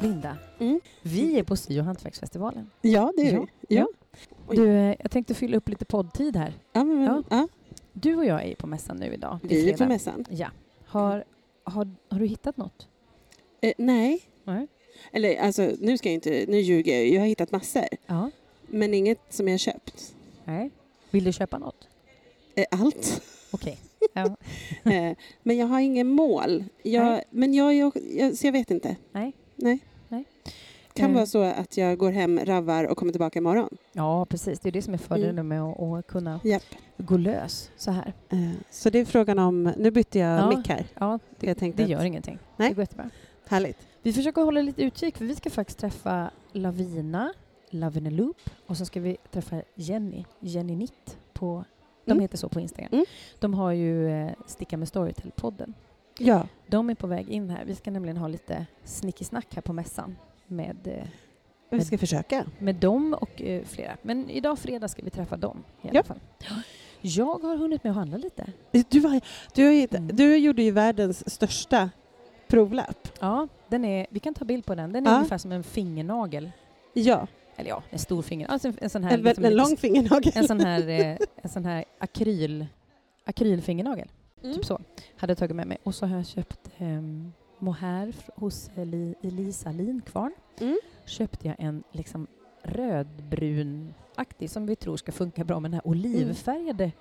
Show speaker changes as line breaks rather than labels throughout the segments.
Linda,
Mm.
vi är på Sy och hantverksfestivalen.
Ja, det är
Ja,
ja. Ja. Oj.
Du, eh, jag tänkte fylla upp lite poddtid här.
Ja, men,
Ja.
ja.
Du och jag är ju på mässan nu idag. Det
Vi är på
fredag.
mässan.
Ja. Har, har, har du hittat något?
Eh, nej.
Nej.
Eller alltså, nu ska jag inte, nu ljuger jag ju. Jag har hittat massor.
Ja.
Men inget som jag har köpt.
Nej. Vill du köpa något?
Eh, allt.
Okej.
eh, men jag har ingen mål. Jag,
Nej.
men jag, är också- jag, så jag vet inte.
Nej.
Nej.
Nej.
Kan
Eh.
vara så att jag går hem, ravar och kommer tillbaka imorgon.
Ja, precis. Det är det som är fördelen med att, att kunna
Mm. Japp.
gå lös så här.
Eh, så det är frågan om, nu bytte jag
Ja.
mick här.
Ja, det,
Jag tänkte
det gör
att-
ingenting.
Nej.
Det går jättebra.
Härligt.
Vi försöker hålla lite utkik för vi ska faktiskt träffa Lavina, Lavina Loop och sen ska vi träffa Jenny, Jenny Nitt på de
Mm.
heter så på Instagram.
Mm.
De har ju eh, Sticka med Storytel-podden.
Ja.
De är på väg in här. Vi ska nämligen ha lite snickesnack här på mässan med, eh,
Vi ska försöka.
med dem och eh, flera. Men idag fredag ska vi träffa dem i alla
Ja.
fall. Jag har hunnit med att handla lite.
Du, har- du, har hitt-
Mm.
du gjorde ju världens största provlapp.
Ja, den är, vi kan ta bild på den. Den är
Ja.
ungefär som en fingernagel.
Ja,
Eller ja, en stor finger. Alltså en, en sån här...
en,
liksom
en
lite
lång fingernagel.
en sån här, eh, en sån här akryl, akrylfingernagel.
Mm.
Typ så. Hade jag tagit med mig. Och så har jag köpt um, mohair fr- hos Eli, Elisa Linkvarn.
Mm.
Köpte jag en liksom rödbrun-aktig som vi tror ska funka bra med det
Mm.
här olivfärgade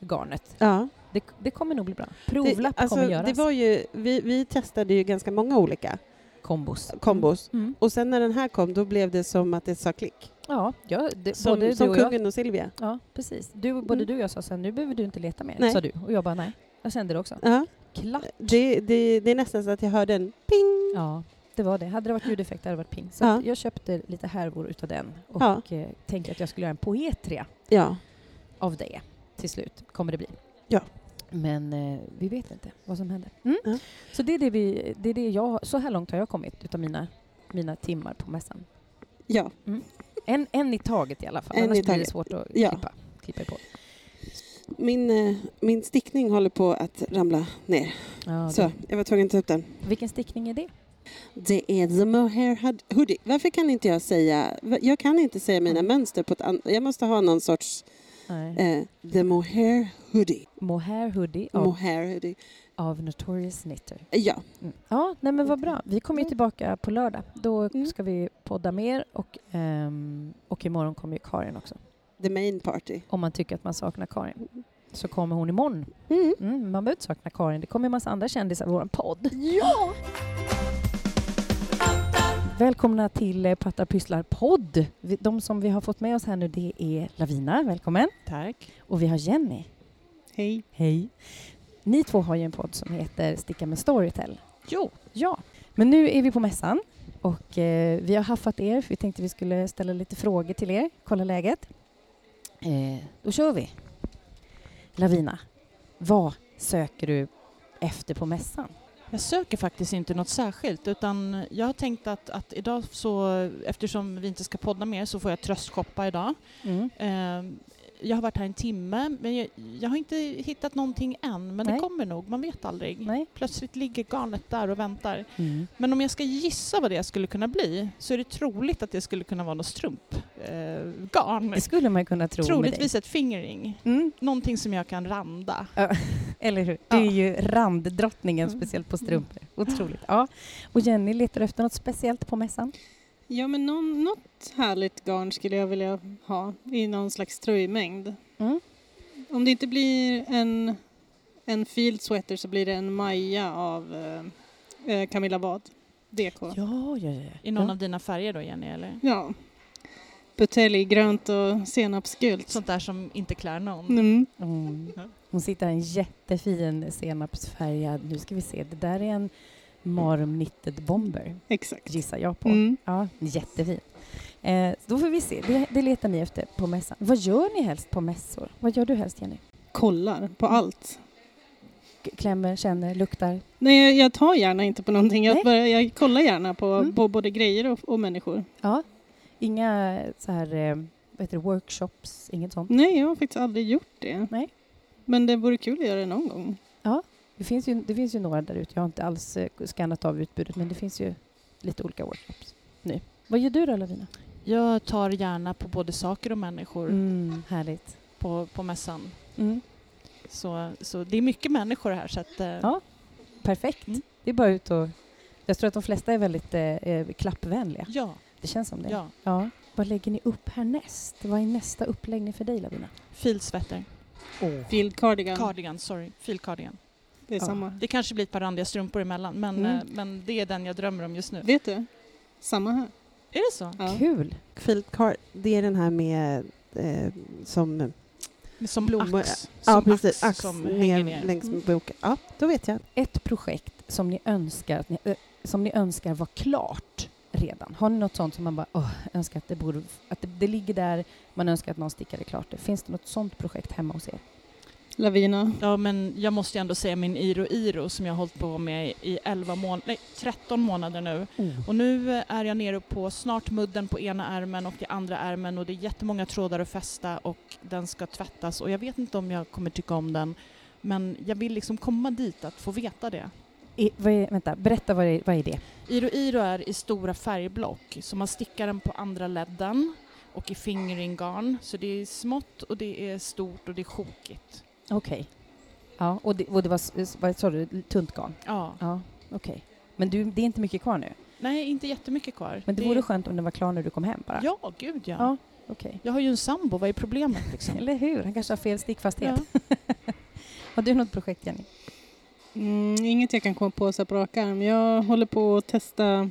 garnet.
Ja.
Det, det kommer nog bli bra. Provlapp
det, alltså,
kommer göras.
Det var ju, vi, vi testade ju ganska många olika
Kombos.
kombos.
Mm.
Och sen när den här kom, då blev det som att det sa klick.
Ja, jag, det,
Som,
både
som
du och jag
kungen och Silvia.
Ja, precis. Du, både
Mm.
du och jag sa sen, nu behöver du inte leta mer,
Nej.
sa du. Och jag bara, nej. Jag kände det också.
Ja.
Klack!
Det, det, det är nästan så att jag hörde en ping.
Ja, det var det. Hade det varit ljudeffekt hade det varit ping. Så
Ja.
att jag köpte lite härvor utav den och
Ja.
eh, tänkte att jag skulle göra en poetria
Ja.
av det till slut, kommer det bli.
Ja.
Men eh, vi vet inte vad som händer. Mm.
Ja.
Så det är det, vi, det är det jag, så här långt har jag kommit utav mina, mina timmar på mässan.
Ja.
En, en i taget i alla fall,
En
annars blir
i
det
taget.
svårt att
Ja.
klippa, klippa på.
Min, eh, min stickning håller på att ramla ner.
Ja,
Så, jag var tvungen att ta upp den.
det- Vilken stickning är det?
Det är the mohair Hud- hoodie. Varför kan inte jag säga... Jag kan inte säga mina
Mm.
mönster på ett annat... Jag måste ha någon sorts...
Nej.
Eh, the mohair hoodie.
Mohair Hoodie av,
Mohair hoodie. Eh,
av Notorious Knitter.
Ja.
Ja, nej men vad bra. Vi kommer ju
Mm.
tillbaka på lördag. Då
Mm.
ska vi podda mer och, ehm, och imorgon kommer ju Karin också.
The main party.
Om man tycker att man saknar Karin så kommer hon imorgon.
Mm.
Mm, man behöver inte sakna Karin. Det kommer en massa andra kändisar i vår podd.
Ja!
Välkomna till eh, Pattar Pysslar podd. Vi- De som vi har fått med oss här nu det är Lavina, välkommen.
Tack.
Och vi har Jenny.
Hej.
Hej. Ni två har ju en podd som heter Sticka med Storytel. Jo. Ja. Men nu är vi på mässan och eh, vi har haffat er. för Vi tänkte vi skulle ställa lite frågor till er, kolla läget. Eh, då kör vi. Lavina, vad söker du efter på mässan?
Jag söker faktiskt inte något särskilt utan jag har tänkt att, att idag så, eftersom vi inte ska podda mer så får jag tröstshoppa idag.
Mm,
Eh, jag har varit här en timme men jag, jag har inte hittat någonting än men
Nej.
det kommer nog, man vet aldrig.
Nej?
Plötsligt ligger garnet där och väntar.
Mm.
Men om jag ska gissa vad det skulle kunna bli så är det troligt att det skulle kunna vara något strumpgarn. Eh, garn.
Det skulle man kunna tro med
Troligtvis ett fingering.
dig. Mm.
Någonting som jag kan randa.
Eller hur? Du
Ja.
är ju randdrottningen,
Mm.
speciellt på strumpor. Otroligt. Ja. Och Jenny letar efter något speciellt på mässan?
Ja, men någon, något härligt garn skulle jag vilja ha i någon slags tröjmängd.
Mm.
Om det inte blir en, en field sweater så blir det en Maja av eh, eh, Camilla Wad, DK. Ja.
Ja, ja, ja.
I någon av dina färger då Jenny eller?
Buteljgrönt och senapsgult.
Sånt där som inte klär någon.
Mm.
Mm.
Ja.
Hon sitter i en jättefin senapsfärgad, nu ska vi se, det där är en Marum Knitted Bomber,
Exakt.
gissar jag på.
Mm.
Ja, jättefin. Eh, då får vi se, det, det letar ni efter på mässan. Vad gör ni helst på mässor? Vad gör du helst, Jenny?
Kollar på allt.
K- Klämmer, känner, luktar?
Nej, jag, jag tar gärna inte på någonting.
Nej.
Jag, bara, jag kollar gärna på,
Mm.
på både grejer och, och människor.
Inga så här, eh, vad heter det, workshops, inget sånt?
Nej, jag har faktiskt aldrig gjort det.
Nej.
Men det vore kul att göra det någon gång.
Det finns ju, det finns ju några där ute, jag har inte alls eh, skannat av utbudet, men det finns ju lite olika workshops nu. Vad gör du då Lovina?
Jag tar gärna på både saker och människor
Mm, härligt.
på, på mässan.
Mm.
Så, så det är mycket människor här så att, eh,
Ja. Perfekt.
Mm.
Det är bara ut och... Jag tror att de flesta är väldigt eh, eh, klappvänliga.
ja,
Det känns som det.
ja.
Ja. Vad lägger ni upp härnäst? Vad är nästa uppläggning för dig, Lavina?
Filsvetter.
Field cardigan.
Cardigan, sorry. Filcardigan.
det är
Ja.
samma.
Det kanske blir ett par randiga strumpor emellan men,
Mm.
eh, men det är den jag drömmer om just nu.
Vet du? Samma här.
Är det så?
Ja.
Kul!
Field card, det är den här med eh, som...
Som
Blommor-
ax. Som
ja, precis. Ax,
som hänger
ner,
ner.
längs med boken. Ja, då vet jag.
Ett projekt som ni önskar, att ni, ö, som ni önskar var klart redan. Har ni något sånt som man bara åh, önskar att det borde... Att det, det ligger där, man önskar att någon stickade klart det. Finns det något sånt projekt hemma hos er?
Lavina.
Ja, men jag måste ju ändå säga min Iro Iro som jag har hållit på med i 11 mån- nej, 13 månader nu. Och nu eh, är jag nere på snart mudden på ena ärmen och i andra ärmen och det är jättemånga trådar att fästa och den ska tvättas och jag vet inte om jag kommer tycka om den. Men jag vill liksom komma dit att få veta det.
I, vad är, vänta, berätta vad är, vad är det?
Iro Iro är i stora färgblock, så man stickar den på andra ledden och i fingringgarn. Så det är smått och det är stort och det är sjokigt.
Okej. Ja, och det, och det var, s- s- vad sa du, tunt garn?
Ja.
Ja, okej. Men du, det är inte mycket kvar nu?
Nej, inte jättemycket kvar.
Men det, vore skönt om den var klar när du kom hem bara?
Ja, gud ja.
Ja. Okej.
Jag har ju en sambo, vad är problemet liksom?
Eller hur? Han kanske har fel stickfasthet.
Ja.
Har du något projekt, Jenny?
Mm, inget jag kan komma på så här på rak arm. Jag håller på att testa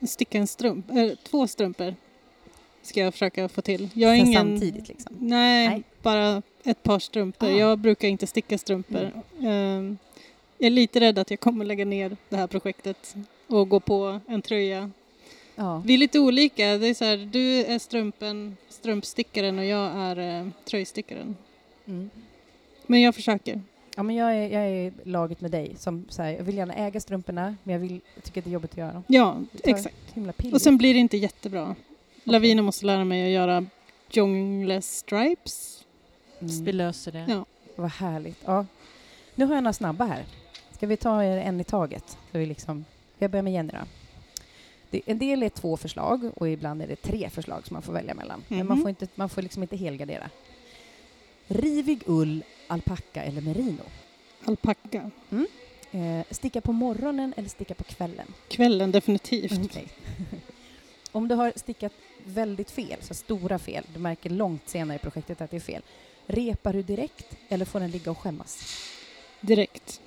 att sticka en strump, äh, två strumpor. Ska jag försöka få till. Jag är
Sen
ingen...
Samtidigt liksom?
Nej,
Nej.
bara ett par strumpor.
Ah. Mm.
Jag brukar inte sticka strumpor. Ehm, jag är lite rädd att jag kommer lägga ner det här projektet och gå på en tröja.
Ja.
Vi är lite olika. Det är så här, du är strumpen, strumpstickaren och jag är eh, tröjstickaren.
Mm.
Men jag försöker.
Ja, men jag är, jag är laget med dig. Som, så här, jag vill gärna äga strumporna, men jag, vill, jag tycker att det är jobbigt att göra dem.
Ja,
Det tar
exakt.
Himla pilligt.
Och sen blir det inte jättebra. Lavina måste lära mig att göra jongless stripes.
Vi
mm.
löser det.
Ja.
Vad härligt. Ja. Nu har jag några snabba här. Ska vi ta er en i taget? Så vi liksom, jag börjar med Jenny då. Det, en del är två förslag och ibland är det tre förslag som man får välja mellan. Men man
Mhm.
får, inte, man får liksom inte helgardera. Rivig ull, alpacka eller merino?
Alpacka.
Eh, sticka på morgonen eller sticka på kvällen?
Kvällen definitivt.
Okej. Om du har stickat väldigt fel, så stora fel, du märker långt senare i projektet att det är fel, repar du direkt eller får den ligga och skämmas?
Direkt.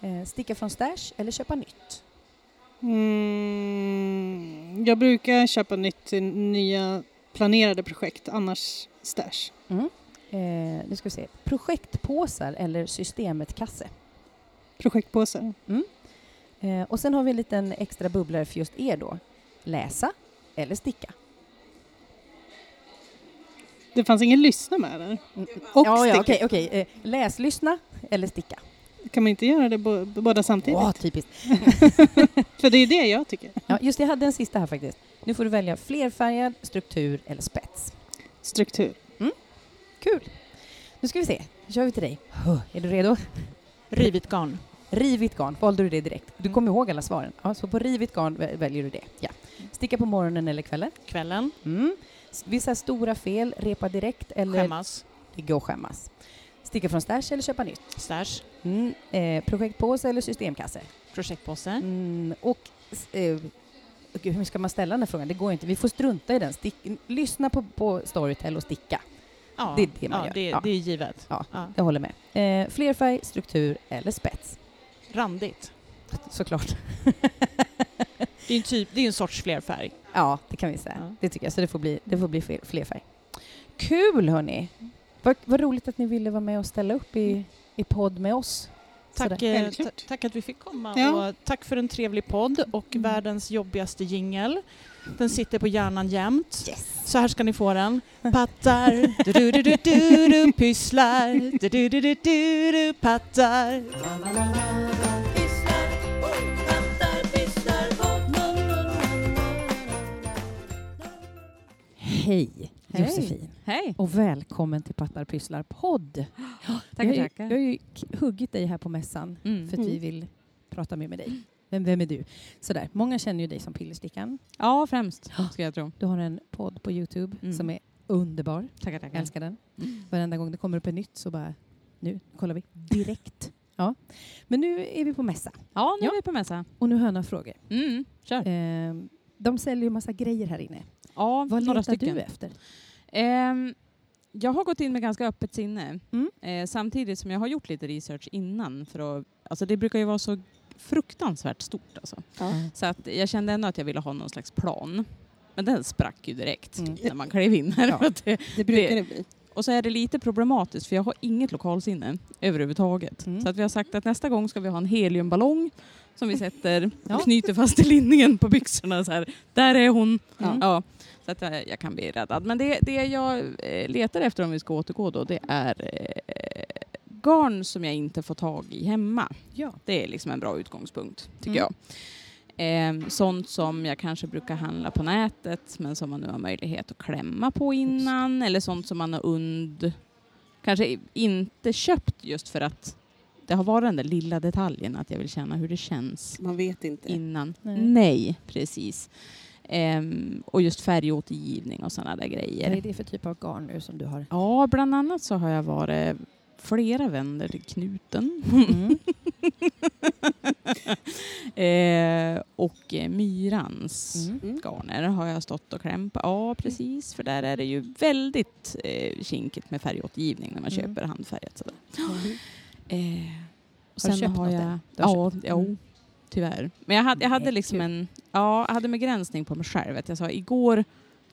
Eh, sticka från stash eller köpa nytt?
Mm, jag brukar köpa nytt till nya planerade projekt, annars stash.
Eh, nu ska vi se. Projektpåsar eller systemet-kasse?
Projektpåsar.
Eh, och sen har vi en liten extra bubblare för just er då. Läsa eller sticka?
Det fanns ingen lyssna med där.
Mm.
Och
ja, ja, okej.
sticka.
okej. Eh, läs, lyssna eller sticka?
Kan man inte göra det bo- båda samtidigt?
Åh, typiskt.
För det är det jag tycker.
Ja, just det, jag hade en sista här faktiskt. Nu får du välja flerfärgad, struktur eller spets.
Struktur.
Kul! Nu ska vi se. Nu kör vi till dig. Huh, Är du redo?
Rivigt garn.
Rivigt garn. Valde du det direkt? Du
Mm.
kommer ihåg alla svaren. Ja, så på rivigt garn vä- väljer du det. Ja. Sticka på morgonen eller kvällen.
Kvällen,
Mm. S- Vissa stora fel. Repa direkt eller
skämmas,
ligga och skämmas. Sticka från stash eller köpa nytt.
stash,
Mm. Eh, projektpåse eller systemkasse.
projektpåse.
Mm. Och... s- Eh, gud, hur ska man ställa den här frågan? Det går inte. Vi får strunta i den. Stick, lyssna på, på Storytel och sticka.
Ja,
det är det man
ja,
gör.
Det,
Ja.
det är givet.
Ja. Jag håller med. Eh, flerfärg, struktur eller spets.
Randigt.
Såklart.
Det är ju en, typ, det är ju en sorts flerfärg.
Ja, det kan vi säga.
Ja.
Det tycker jag. Så det får bli, det får bli fler, fler färg. Kul hörni! Vad, vad roligt att ni ville vara med och ställa upp i, i podd med oss.
Tack,
Sådär.
eh,
Självklart.
ta- tack att vi fick komma
Ja.
och tack för en trevlig podd och
Mm.
världens jobbigaste jingel. Den sitter på hjärnan jämt.
Yes!
Så här ska ni få den. Pattar, du du du du du pysslar, du du du du du du pattar.
Hej
Hej.
Josefin!
Hej!
Och välkommen till Pattar Pysslar podd.
Tackar,
jag, har ju-
tackar.
jag har ju k- huggit dig här på mässan
Mm.
för att vi
Mm.
vill prata mer med dig. Vem, vem är du? Sådär. Många känner ju dig som Pillerstickan.
Ja, främst skulle jag tro.
Du har en podd på Youtube
Mm.
som är underbar.
Tackar,
Jag älskar den.
Mm.
Varenda gång det kommer upp ett nytt så bara, nu kollar vi direkt. Ja. Men nu är vi på mässa
Ja, nu
Ja.
är vi på mässa.
och nu har jag några frågor.
Mm, kör.
Ehm, de säljer ju massa grejer här inne.
Ja,
Vad
några
letar
stycken.
du efter?
Ehm, jag har gått in med ganska öppet sinne.
Mm.
Eh, samtidigt som jag har gjort lite research innan. För att, alltså det brukar ju vara så fruktansvärt stort. Alltså.
Ja.
Så att jag kände ändå att jag ville ha någon slags plan. Men den sprack ju direkt
Mm.
när man klev in här.
Ja.
För att det-
Det brukar det bli.
Och så är det lite problematiskt för jag har inget lokalsinne överhuvudtaget.
Mm.
Så att vi har sagt att nästa gång ska vi ha en heliumballong som vi sätter
Ja.
och knyter fast i linningen på byxorna. Så här. Där är hon!
Mm.
Ja, så att jag, jag kan bli räddad. Men det, det jag eh, letar efter om vi ska återgå då det är eh, garn som jag inte får tag i hemma.
Ja.
Det är liksom en bra utgångspunkt tycker
Mm.
jag. Ehm, sånt som jag kanske brukar handla på nätet men som man nu har möjlighet att klämma på innan eller sånt som man har und... Kanske i- inte köpt just för att det har varit den där lilla detaljen att jag vill känna hur det känns
Man vet inte.
innan.
Nej.
Nej, precis. Ehm, och just färgåtergivning och sådana där grejer.
Vad är det för typ av garn nu som du har?
Ja, bland annat så har jag varit flera vänder till knuten.
Mm.
eh, och eh, myrans
Mm.
Mm.
garner har jag stått och klämt på. Ja, precis. För där är det ju väldigt eh, kinkigt med färgåtergivning när man
Mm.
köper handfärgat. Sådär.
Mm.
Eh, och
Har du köpt något
jag,
än? Du har Mm.
Ja, jo, tyvärr. Men jag hade, jag hade
Nej,
liksom
kul.
en ja, jag hade begränsning på mig själv. Att jag sa igår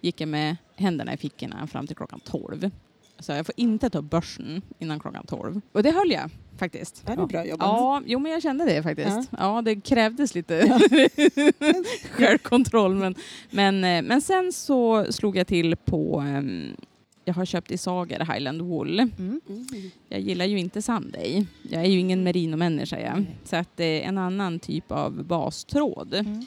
gick jag med händerna i fickorna fram till klockan 12. Så jag får inte ta börsen innan klockan 12. Och det höll jag faktiskt.
Det är bra jobbat.
Ja, jo men jag kände det faktiskt. Ja, det krävdes lite självkontroll. Men, men, eh, men sen så slog jag till på, ehm, jag har köpt i Sager Highland Wool.
Mm.
Mm.
Jag gillar ju inte Sunday. Jag är ju ingen merinomänniska jag.
Nej.
Så att det är en annan typ av bastråd.
Mm.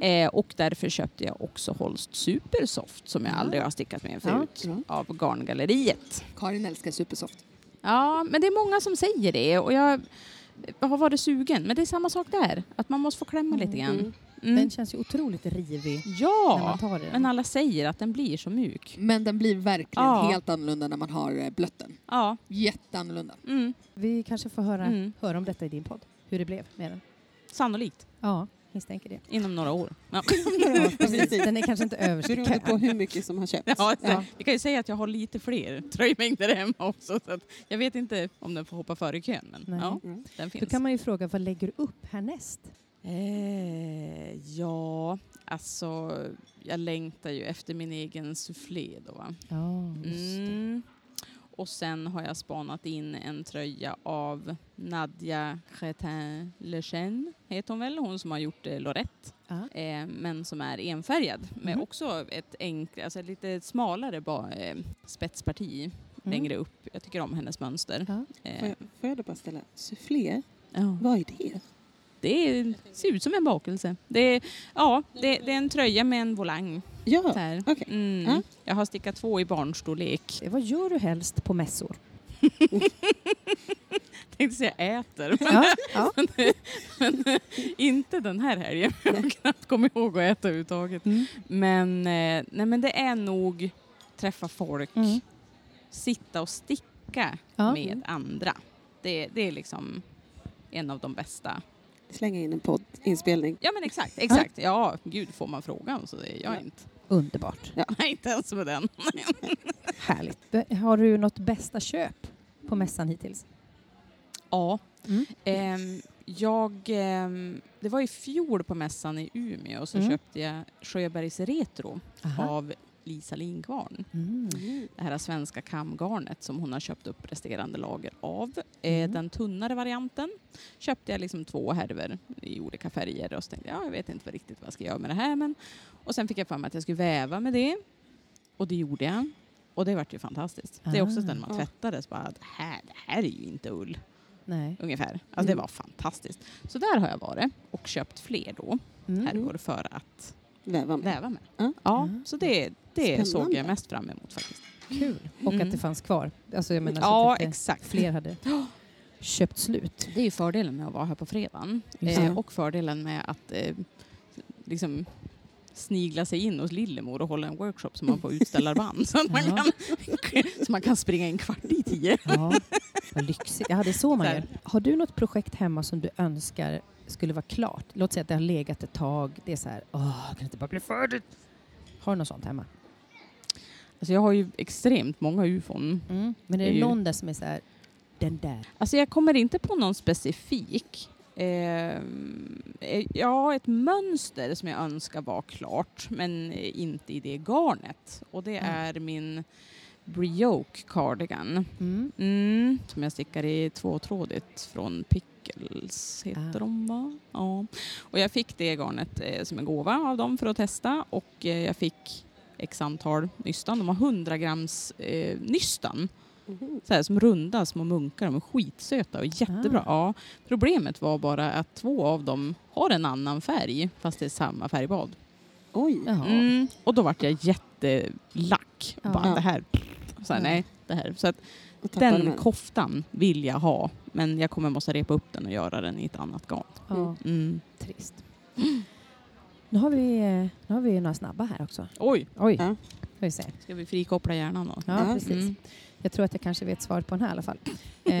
Eh, och därför köpte jag också Holst Supersoft som jag
Ja.
aldrig har stickat med
Ja,
förut. Av Garngalleriet.
Karin älskar Supersoft.
Ja, men det är många som säger det och jag har varit sugen. Men det är samma sak där, att man måste få klämma lite grann. Mm.
Den känns ju otroligt rivig när man
Ja,
tar i den.
men alla säger att den blir så mjuk.
Men den blir verkligen
Ja.
helt annorlunda när man har eh, blött den.
Ja,
Jätteannorlunda.
mm,
Vi kanske får höra,
Mm.
höra om detta i din podd, hur det blev med den.
sannolikt.
Ja, misstänker det.
Inom några år. Ja.
Precis.
Precis.
Den är kanske inte överst i
Beroende
kön.
på hur mycket som har köpts.
Ja, så,
Ja.
Vi kan ju säga att jag har lite fler tröjmängder hemma också. Så att jag vet inte om den får hoppa före i kön, men
Nej.
ja,
Mm.
den finns.
Då kan man ju fråga, vad lägger du upp härnäst?
Eh, ja, alltså jag längtar ju efter min egen soufflé då. va.
Ja,
Mm. Och sen har jag spanat in en tröja av Nadia Chetin Lechen, heter hon väl, hon som har gjort eh, Lorette.
Ja.
Eh, men som är enfärgad med
Mhm.
också ett enk, alltså ett lite smalare ba, eh, spetsparti längre
Mm.
upp. Jag tycker om hennes mönster.
Ja.
Mhm. Får
Eh,
jag- får jag då bara ställa, soufflé,
ja.
vad är det?
Det är, ser ut som en bakelse. Det är, ja, det, det är en tröja med en volang.
Ja,
Där.
okej.
Mm.
Ja.
Jag har stickat två i barnstorlek.
Eh, Vad gör du helst på mässor?
Tänkte säga äter, men,
Ja, ja.
men inte den här helgen. Jag har knappt kommit ihåg att äta överhuvudtaget.
Mm.
Men, eh, nej, men det är nog träffa folk,
Mm.
sitta och sticka
Ja.
med andra. Det, det är liksom en av de bästa
Slänga in en poddinspelning.
Ja men exakt, exakt. Ja, gud får man frågan så det gör jag inte.
Underbart.
Nej, inte ens med den.
Härligt. B- Har du något bästa köp på mässan hittills?
Ja.
Mm.
Ehm, jag, ehm, det var i fjol på mässan i Umeå så
Mm.
köpte jag Sjöbergs Retro
Aha.
av Lisa Lindkvarn.
Mm.
Det här svenska kamgarnet som hon har köpt upp resterande lager av. Eh,
Mm.
den tunnare varianten köpte jag liksom två härvor i olika färger och så tänkte jag, ja, jag vet inte vad riktigt vad jag ska göra med det här. Men... Och sen fick jag för mig att jag skulle väva med det och det gjorde jag. Och det vart ju fantastiskt. Det är också så när man
Ah.
tvättades bara, att här, det här är ju inte ull
Nej.
ungefär. Alltså
Mm.
det var fantastiskt. Så där har jag varit och köpt fler då,
Mm.
härvor för att
Väva med.
väva med.
Ja.
Ja,
Mm.
så det, det såg jag
Spännande.
mest fram emot faktiskt.
Kul. Och
Mm.
att det fanns kvar. Alltså jag menar så
Ja,
att inte
exakt.
fler hade. köpt slut.
Det är ju fördelen med att vara här på fredagen.
Just det.
Eh, och fördelen med att eh, liksom snigla sig in hos Lillemor och hålla en workshop som man får utställarband. så, att man
Ja.
kan, så man kan springa in kvart i tio.
Ja, vad lyxigt. Ja, det är så man
Så
gör.
här.
Har du något projekt hemma som du önskar skulle vara klart? Låt säga att det har legat ett tag. Det är så här, åh, kan det inte bara bli färdigt? Har du något sånt hemma?
Alltså jag har ju extremt många ufon.
Mm. Men är
Det
det
är ju-
någon där som är så här, den där?
Alltså jag kommer inte på någon specifik. Eh, eh, ja, ett mönster som jag önskar var klart, men eh, inte i det garnet. Och det
Mm.
är min Brioke cardigan.
Mm.
Mm, som jag stickar i tvåtrådigt från Pickles, heter
Ah.
de va? Ja. Och jag fick det garnet eh, som en gåva av dem för att testa och eh, jag fick x antal nystan. De har 100 grams eh, nystan.
Mhm.
Så här, som runda små munkar, de är skitsöta och jättebra. Ja, problemet var bara att två av dem har en annan färg fast det är samma färgbad.
Oj.
Jaha.
Mm, och då vart jag jättelack.
Ja.
Bara, det här, så här, nej, det här. Så att
Och tappade
den
den.
koftan vill jag ha, men jag kommer måste repa upp den och göra den i ett annat garn.
Ja,
Mm.
trist. Nu har, vi, eh, nu har vi några snabba här också.
Oj,
Oj,
Ja.
får vi se.
ska vi frikoppla hjärnan då?
Ja,
Ja.
precis.
Mm.
Jag tror att jag kanske vet svaret på den här i alla fall. Eh,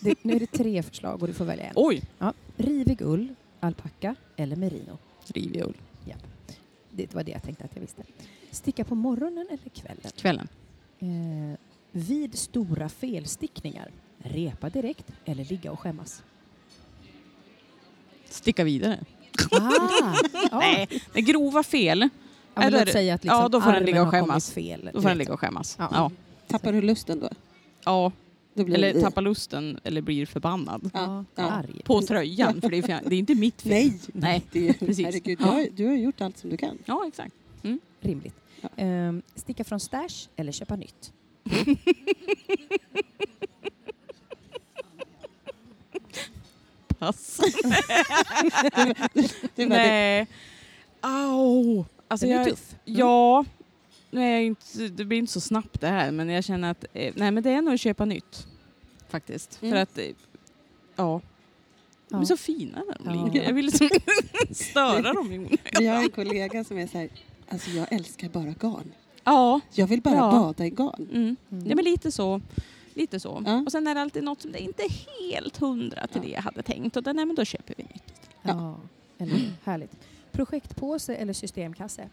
det, nu är det tre förslag och du får välja en.
Oj,
Rivig ull, alpacka eller merino.
rivig ull.
Det var det jag tänkte att jag visste. Sticka på morgonen eller kvällen?
Kvällen.
Eh, vid stora felstickningar, repa direkt eller ligga och skämmas?
Sticka vidare.
Ah, ja.
Nej, det är grova fel.
Ja, men låt
eller-
säga att liksom
ja, då får den
armen
ligga och
har kommit
skämmas.
Fel,
Då får den ligga och skämmas.
Ja.
Ja. Ja.
Tappar du lusten då? då blir
Eller
det-
tappa lusten eller blir förbannad.
Ja,
Ja, ja.
Arg.
På tröjan, för det är, fjär- det är inte mitt fel.
Nej,
Nej.
det är,
Precis.
herregud. Du
Ja.
har, du har gjort allt som du kan.
Ja, exakt.
Rimligt.
Ja.
Eh, sticka från stash eller köpa nytt?
Pass.
Det är väldigt,
Nej. Typ Au! Alltså
Den är
jag,
tuff.
Ja, nu är jag inte, det blir inte så snabbt det här men jag känner att eh, nej men det är nog att köpa nytt faktiskt.
Mm.
För att, eh, ja. De
Ja.
är så fina när de
Ja.
ligger. Jag vill liksom störa dem i onödan.
vi har en kollega som är så här, alltså jag älskar bara garn.
Ja,
Jag vill bara
Ja.
bada i garn.
mm. ja men lite så. Lite så.
Ja.
Och sen är det alltid något som det inte är helt hundra till det
Ja.
jag hade tänkt. Och då, nej men då köper vi nytt.
Ja. Eller, hur? härligt. Projektpåse eller systemkasse?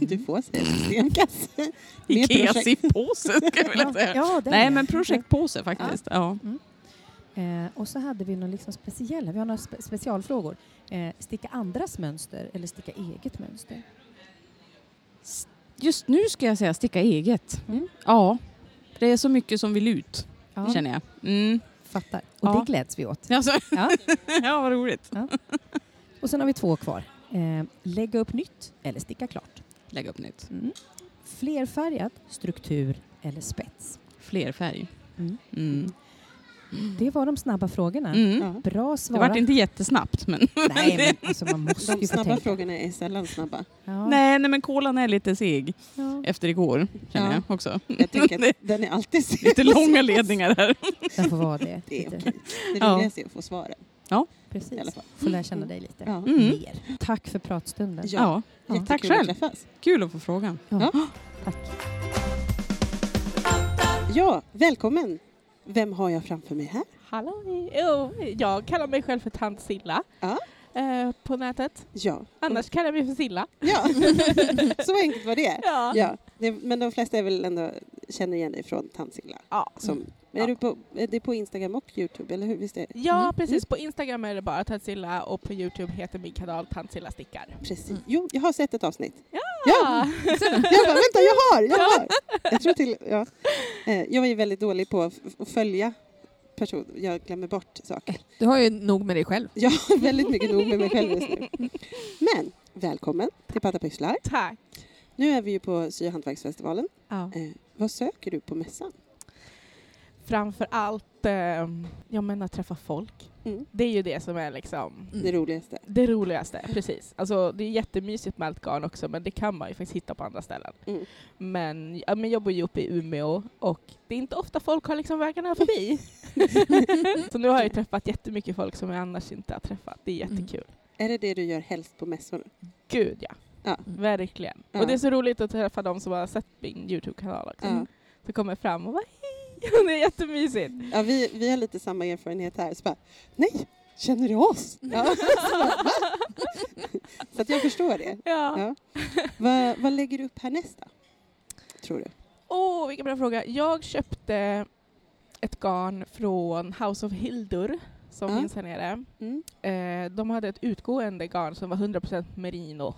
Du
Mm.
får säga systemkasse. Med projekt.
Ikea-påse skulle jag vilja säga.
ja, den
Nej
ja.
men projektpåse faktiskt. Ja.
Eh, och så hade vi några liksom speciella, vi har några spe- specialfrågor. Eh, sticka andras mönster eller sticka eget mönster?
Just nu ska jag säga sticka eget.
Mm.
Ja, det är så mycket som vill ut
Ja,
känner jag. Mm.
fattar. Och
Ja.
det gläds vi åt.
Alltså,
Ja.
ja. vad roligt.
Och sen har vi två kvar. Eh, lägga upp nytt eller sticka klart?
Lägg upp nytt.
Flerfärgat, struktur eller spets?
Flerfärg.
Mm.
Mm.
Det var de snabba frågorna.
Mm.
Ja.
Bra
Det
svarat.
vart inte jättesnabbt men...
Nej, men alltså man måste
De
ju få
snabba
tänka.
frågorna är sällan snabba.
Ja.
Nej, nej men kolan är lite seg
Ja.
efter igår känner
Ja.
jag också.
Jag tänker att den är alltid sen.
Lite långa ledningar här.
Den får vara det.
Det är
Lite.
okej. Det
Ja.
roligaste är att få svaren i alla
Precis.
fall.
Får lära känna dig lite
Ja.
Mm.
mer. Tack för pratstunden.
Ja.
Ja.
Ja.
Tack
Jättekul att
själv.
träffas.
Kul att få frågan.
Ja, välkommen. Vem har jag framför mig här?
Hallå! Jo, jag kallar mig själv för tant Silla
Ja.
eh, på nätet.
Ja,
Annars kallar jag mig för Silla.
ja. så enkelt var det.
Ja.
Ja, det, men de flesta är väl ändå känner igen dig från Tandsilla.
Ja. Mm.
Som, är
Ja.
du på, är det på Instagram och Youtube, eller hur? Visst är det?
Ja,
Mm.
precis. På Instagram är det bara tant Silla och på Youtube heter min kanal tant Silla stickar.
Precis. Jo, jag har sett ett avsnitt.
Ja!
Jag bara, vänta, jag har! Jag har! Jag, tror till, ja. Eh, jag är ju väldigt dålig på att f- att följa personer. Jag glömmer bort saker.
Du har ju nog med dig själv.
Jag har väldigt mycket nog med mig själv just nu. Men välkommen till Patta Pysslar.
Tack!
Nu är vi ju på Sy och hantverksfestivalen.
Ja.
Eh, vad söker du på mässan?
ehm, Framför allt, eh, jag menar träffa folk.
Mm.
Det är ju det som är liksom
Det roligaste.
det roligaste. Precis. Alltså, det är jättemysigt med allt garn också men det kan man ju faktiskt hitta på andra ställen.
Mm.
Men, ja, men jag bor ju uppe i Umeå och det är inte ofta folk har liksom vägarna förbi. så nu har jag ju träffat jättemycket folk som jag annars inte har träffat. Det är jättekul.
Är det det du gör helst på mässor?
Gud ja.
Ja.
Verkligen.
Ja.
Och det är så roligt att träffa de som har sett min Youtube-kanal också.
Ja.
Så kommer jag fram och bara hej! Det är jättemysigt.
Ja, vi, vi har lite samma erfarenhet här. Så bara, nej, känner du oss? Ja. Så, bara, "Va?" så att jag förstår det.
Ja.
Ja. Vad, vad lägger du upp härnäst då? Tror du?
Åh, vilken bra fråga. Jag köpte ett garn från House of Hildur som
Ja.
finns här nere.
Mm.
Eh, de hade ett utgående garn som var 100% merino.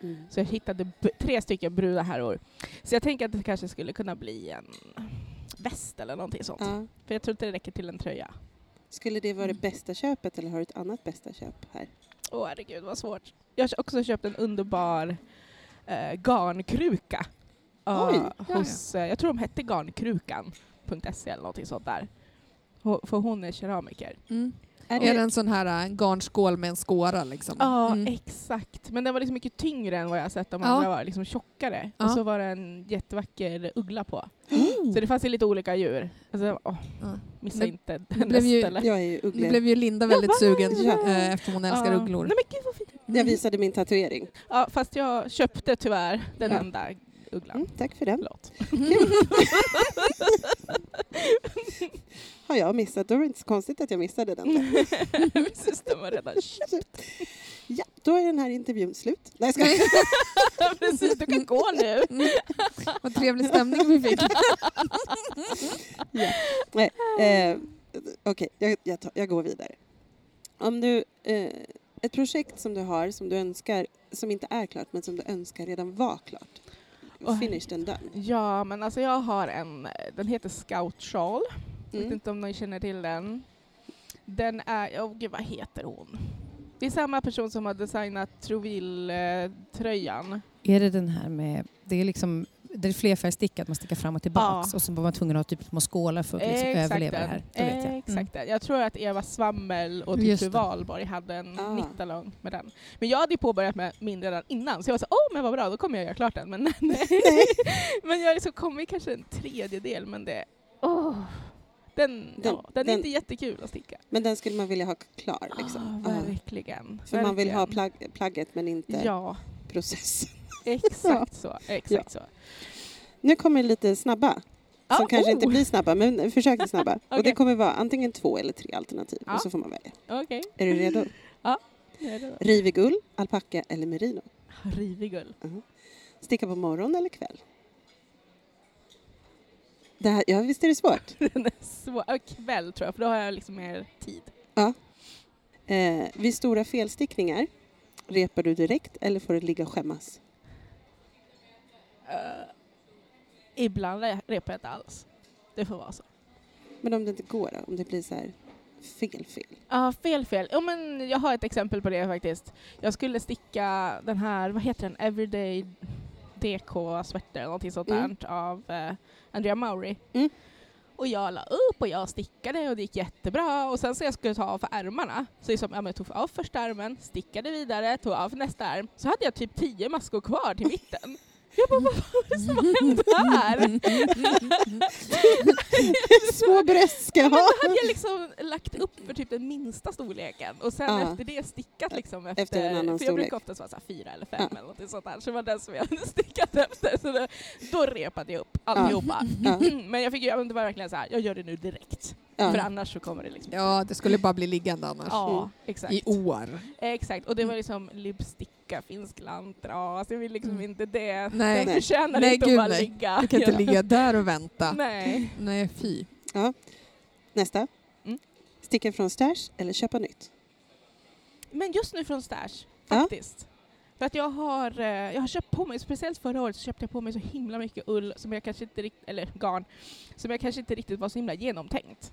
Mm.
Så jag hittade b- tre stycken bruna härvor. Så jag tänker att det kanske skulle kunna bli en väst eller någonting sånt.
Ja.
För jag tror inte det räcker till en tröja.
Skulle det vara det bästa köpet eller har du ett annat bästa köp här?
Åh herregud vad svårt. Jag har också köpt en underbar eh, garnkruka. Ja,
Oj,
hos, eh, jag tror de hette garnkrukan.se E eller någonting sånt där. Ho- För hon är keramiker.
Mm.
Är
Är
det,
det en sån här äh, en garnskål med en skåra liksom?
Ja,
Mm.
exakt. Men den var liksom mycket tyngre än vad jag har sett de
Ja.
andra var. Liksom tjockare.
Ja.
Och så var det en jättevacker uggla på. Så det fanns ju lite olika djur. Alltså, åh,
Ja.
missa
Det-
inte
det
den
blev ju-
resten.
jag är ju
Nu
ugglare.
blev ju Linda väldigt sugen
Ja.
eh, eftersom hon älskar
Ja.
ugglor.
Nej men gud vad fint.
Jag visade min tatuering.
Ja, fast jag köpte tyvärr den
Ja.
enda ugglan.
Mm, tack för den.
Förlåt.
Har jag missat, då var det inte så konstigt att jag missade den.
Min syster var redan
Ja, då är den här intervjun slut. Nej, jag skojar.
Precis, du kan gå nu.
Vad trevlig stämning vi fick.
Nej, eh, Okej, jag, jag, tar- jag går vidare. Om du, eh, ett projekt som du har som du önskar, som inte är klart men som du önskar redan var klart.
Åh,
Finish den done.
Ja, men alltså jag har en, den heter Scout Shawl. Jag vet
Mm.
inte om någon känner till den. Den är, åh gud vad heter hon? Det är samma person som har designat eh, Trouville-tröjan.
Är det den här med... Det är liksom... Det är flerfärgstickat, man stickar fram och tillbaks och så var man tvungen att ha typ små skålar för att liksom överleva det här. Det vet jag. Mm.
Exakt den. Jag tror att Eva Svammel och
Just
Tutu
det.
Wahlborg hade en
Ah.
19 lång med den. Men jag hade ju påbörjat med min redan innan så jag var så åh men vad bra, då kommer jag göra klart den. Men, nej. men jag har liksom kommit kanske en tredjedel men det, åh. Den,
Den-
ja, den,
den-
är inte jättekul att sticka.
Men den skulle man vilja ha klar. Liksom.
Ah,
Ja.
verkligen.
För man vill ha
Verkligen.
plagg, plagget men inte
Ja,
processen.
exakt så. Exakt så.
Nu kommer lite snabba.
Ja,
som kanske
oh,
inte blir snabba, men försök till snabba. Och det
Okej. Ah.
kommer vara antingen två eller tre alternativ.
Ja.
Och så får man välja.
oh, Okej.
Är du redo?
Det är det då.
Rivig ull, alpacka eller merino?
Rivig ull.
Sticka på morgon eller kväll? Det här, ja, visst är det svårt?
Den är svår. ja, Kväll tror jag, för då har jag liksom mer tid.
Eh, vid stora felstickningar, repar du direkt eller får du ligga och skämmas?
Eh, ibland re- repar jag inte alls. Det får vara så.
Men om det inte går då? Om det blir så här fel, fel?
Ja, fel fel. Ja, men jag har ett exempel på det faktiskt. Jag skulle sticka den här, vad heter den, Everyday DK sweater eller någonting sånt där
Mm.
av eh, Andrea Maury.
Mm.
Och jag la upp och jag stickade och det gick jättebra och sen så jag skulle ta av för ärmarna så liksom, ja, men jag tog av första ärmen, stickade vidare, tog av nästa ärm så hade jag typ tio maskor kvar till mitten. Jag bara, vad var det som hände här?
Små bröst ska jag
Men
ha!
då hade jag liksom lagt upp för typ den minsta storleken och sen
Ja.
efter det stickat liksom efter,
Efter en annan
för jag
storlek.
brukar oftast vara så här fyra eller fem
Ja.
eller någonting sånt där, så det var den som jag hade stickat efter. Så då, då repade jag upp allihopa.
Ja,
Men jag fick ju, ja, men det var verkligen så här, jag gör det nu direkt. För
ja.
annars så kommer det liksom
Ja, det skulle bara bli liggande annars.
Ja, exakt.
I Mm. år.
Exakt, och det var liksom lipsticka, finsk lantras, jag vill liksom
Mm.
inte det.
Nej.
jag förtjänar
Nej,
inte
gud,
att bara
nej.
ligga.
Du kan inte ligga där och vänta. Nej,
Nej.
fy.
Nästa.
Mm.
Sticka från stash eller köpa nytt?
Men just nu från Stash,
Ja.
faktiskt. För att jag har, eh, jag har köpt på mig, speciellt förra året så köpte jag på mig så himla mycket ull som jag kanske inte riktigt, eller garn, som jag kanske inte riktigt var så himla genomtänkt.